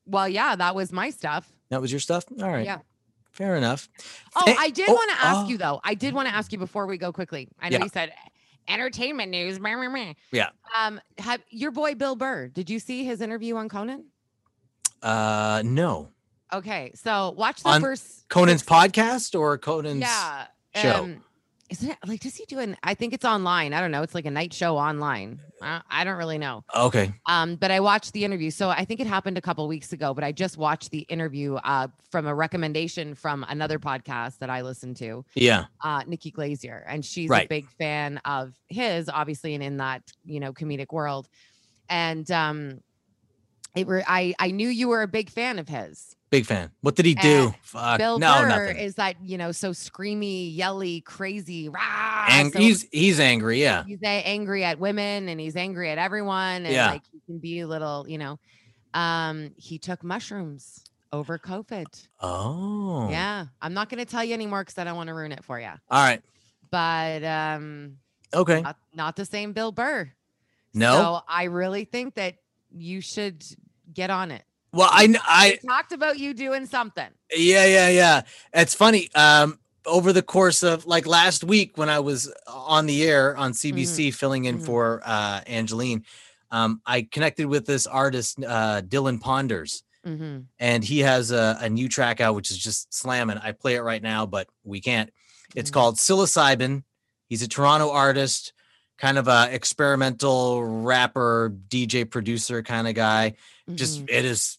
Speaker 2: Well, yeah, that was my stuff.
Speaker 1: that was your stuff. All right.
Speaker 2: Yeah.
Speaker 1: Fair enough.
Speaker 2: Oh,
Speaker 1: Thank-
Speaker 2: I did
Speaker 1: oh,
Speaker 2: want to ask
Speaker 1: oh.
Speaker 2: you though. I did want to ask you before we go quickly. I know
Speaker 1: Yeah.
Speaker 2: you said entertainment news. meh, meh, meh.
Speaker 1: Yeah.
Speaker 2: Um, have your boy Bill Burr? Did you see his interview on Conan?
Speaker 1: Uh, no.
Speaker 2: Okay, so watch the
Speaker 1: On
Speaker 2: first.
Speaker 1: Conan's podcast or Conan's?
Speaker 2: Yeah.
Speaker 1: show.
Speaker 2: Um, isn't it like does he do an? I think it's online. I don't know. It's like a night show online. I, I don't really know.
Speaker 1: Okay.
Speaker 2: Um, but I watched the interview. So I think it happened a couple weeks ago. But I just watched the interview uh, from a recommendation from another podcast that I listen to.
Speaker 1: Yeah.
Speaker 2: uh, Nikki Glazier, and she's a
Speaker 1: Right.
Speaker 2: big fan of his, obviously, and in that you know comedic world. And um, it were I I knew you were a big fan of his.
Speaker 1: Big fan. What did he do? Fuck.
Speaker 2: Bill
Speaker 1: Uh, no,
Speaker 2: Burr
Speaker 1: nothing.
Speaker 2: is that you know so screamy, yelly, crazy, rah.
Speaker 1: Ang-
Speaker 2: so
Speaker 1: he's he's angry. Yeah.
Speaker 2: he's a- angry at women and he's angry at everyone, and
Speaker 1: Yeah.
Speaker 2: like he can be a little, you know. Um, he took mushrooms over COVID.
Speaker 1: Oh.
Speaker 2: Yeah, I'm not going to tell you anymore because I don't want to ruin it for you.
Speaker 1: All right.
Speaker 2: But um,
Speaker 1: Okay.
Speaker 2: not, not the same Bill Burr.
Speaker 1: No.
Speaker 2: So I really think that you should get on it.
Speaker 1: well, I kn- I
Speaker 2: We talked about you doing something.
Speaker 1: yeah yeah yeah. It's funny. Um, over the course of like last week when I was on the air on CBC filling in
Speaker 2: Mhm.
Speaker 1: for uh Angeline, um, I connected with this artist uh Dylan Ponders.
Speaker 2: hmm
Speaker 1: and he has a, a new track out which is just slamming i play it right now but we can't it's
Speaker 2: Mhm.
Speaker 1: called psilocybin he's a toronto artist kind of a experimental rapper dj producer kind of guy just
Speaker 2: Mm.
Speaker 1: it is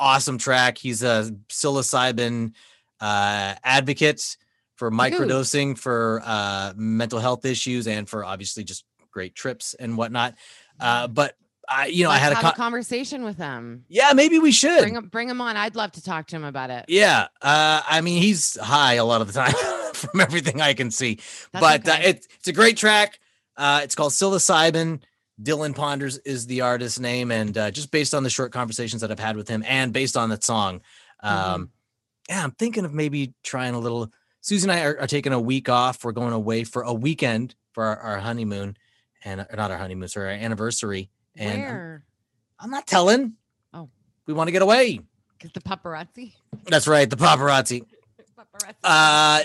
Speaker 1: awesome track he's a psilocybin uh, advocate for microdosing for uh, mental health issues and for obviously just great trips and whatnot uh, but i you know i had a,
Speaker 2: have
Speaker 1: con-
Speaker 2: a conversation with him.
Speaker 1: yeah maybe we should
Speaker 2: Bring him, bring him on. I'd love to talk to him about it.
Speaker 1: yeah, uh, I mean he's high a lot of the time from everything I can see,
Speaker 2: That's
Speaker 1: but uh,
Speaker 2: okay.
Speaker 1: it's it's a great track. Uh, it's called Psilocybin. Dylan Ponders is the artist's name, and uh, just based on the short conversations that I've had with him, and based on that song, um,
Speaker 2: Mm-hmm.
Speaker 1: yeah, I'm thinking of maybe trying a little. Susie and I are, are taking a week off. We're going away for a weekend for our, our honeymoon, and or not our honeymoon, sorry, our anniversary. And I'm,
Speaker 2: Where?
Speaker 1: I'm not telling.
Speaker 2: Oh.
Speaker 1: we want to get away.
Speaker 2: Because the paparazzi.
Speaker 1: That's right, the paparazzi.
Speaker 2: paparazzi.
Speaker 1: Uh,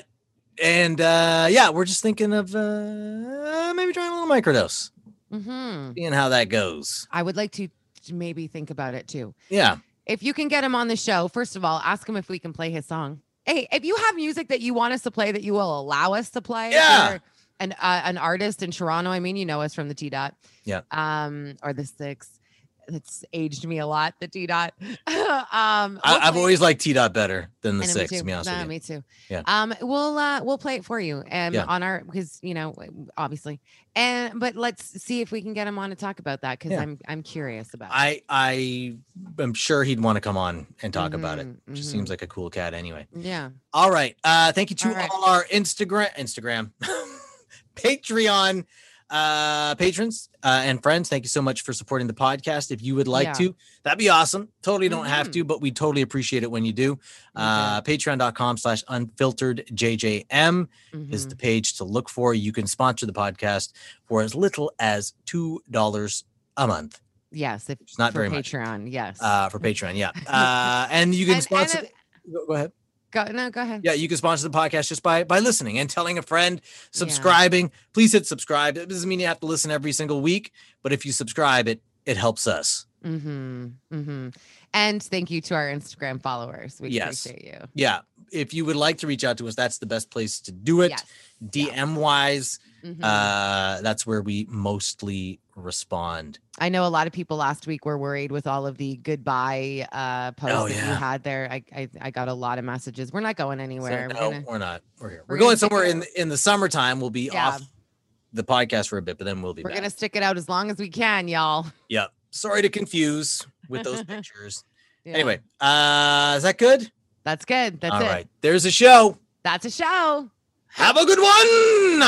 Speaker 1: and uh, yeah, we're just thinking of uh, maybe trying a little microdose,
Speaker 2: Mhm.
Speaker 1: seeing how that goes.
Speaker 2: I would like to maybe think about it too.
Speaker 1: Yeah,
Speaker 2: If you can get him on the show, first of all, ask him if we can play his song. Hey, if you have music that you want us to play that you will allow us to play, if
Speaker 1: Yeah.
Speaker 2: you're an uh, an artist in Toronto. I mean, you know us from the T dot.
Speaker 1: Yeah.
Speaker 2: Um, or the six. That's aged me a lot. The T dot. um,
Speaker 1: I, I've
Speaker 2: hopefully-
Speaker 1: always liked T dot better than the
Speaker 2: I know,
Speaker 1: six.
Speaker 2: Me
Speaker 1: To
Speaker 2: too.
Speaker 1: be honest
Speaker 2: Nah,
Speaker 1: with you,
Speaker 2: me too.
Speaker 1: Yeah.
Speaker 2: Um, we'll uh we'll play it for you and
Speaker 1: Yeah.
Speaker 2: on our because you know obviously and but let's see if we can get him on to talk about that because
Speaker 1: Yeah.
Speaker 2: I'm I'm curious about. it.
Speaker 1: I I am sure he'd want to come on and talk about it.
Speaker 2: Mhm,
Speaker 1: Just
Speaker 2: mhm.
Speaker 1: seems like a cool cat, anyway.
Speaker 2: Mm-hmm. yeah.
Speaker 1: All right. Uh, thank you to all,
Speaker 2: All right.
Speaker 1: our Instagram, Instagram, Patreon uh patrons uh and friends thank you so much for supporting the podcast if you would like
Speaker 2: Yeah.
Speaker 1: to that'd be awesome totally don't have
Speaker 2: Mhm.
Speaker 1: to but we totally appreciate it when you do uh patreon.com slash unfiltered jjm is
Speaker 2: mhm.
Speaker 1: the page to look for you can sponsor the podcast for as little as two dollars a month
Speaker 2: yes, if
Speaker 1: it's not
Speaker 2: for
Speaker 1: very much
Speaker 2: Patreon, yes.
Speaker 1: uh for patreon yeah uh and you can
Speaker 2: And- and
Speaker 1: sponsor
Speaker 2: if-
Speaker 1: go- go ahead
Speaker 2: go no, go ahead.
Speaker 1: yeah, you can sponsor the podcast just by by listening and telling a friend, subscribing. Please hit subscribe. It doesn't mean you have to listen every single week, but if you subscribe, it it helps us.
Speaker 2: Mm-hmm. Mm-hmm. And thank you to our Instagram followers. We
Speaker 1: Yes.
Speaker 2: appreciate you.
Speaker 1: Yeah. If you would like to reach out to us, that's the best place to do it.
Speaker 2: Yes.
Speaker 1: DM wise,
Speaker 2: Mhm.
Speaker 1: uh, that's where we mostly respond.
Speaker 2: I know a lot of people last week were worried with all of the goodbye uh, posts
Speaker 1: Oh,
Speaker 2: that you
Speaker 1: yeah.
Speaker 2: had there. I, I I got a lot of messages. We're not going
Speaker 1: So,
Speaker 2: anywhere.
Speaker 1: no,
Speaker 2: We're gonna-
Speaker 1: we're not. We're here.
Speaker 2: we're
Speaker 1: We're,
Speaker 2: gonna
Speaker 1: going
Speaker 2: stick
Speaker 1: somewhere
Speaker 2: it
Speaker 1: in in the summertime. We'll be
Speaker 2: Yeah.
Speaker 1: off the podcast for a bit, but then we'll be
Speaker 2: we're
Speaker 1: back.
Speaker 2: gonna stick it out as long as we can, y'all.
Speaker 1: Yep. Sorry to confuse with those pictures.
Speaker 2: Yeah.
Speaker 1: Anyway, uh, is that good?
Speaker 2: that's good. That's
Speaker 1: All right.
Speaker 2: it.
Speaker 1: There's a show.
Speaker 2: That's a show.
Speaker 1: Have a good one.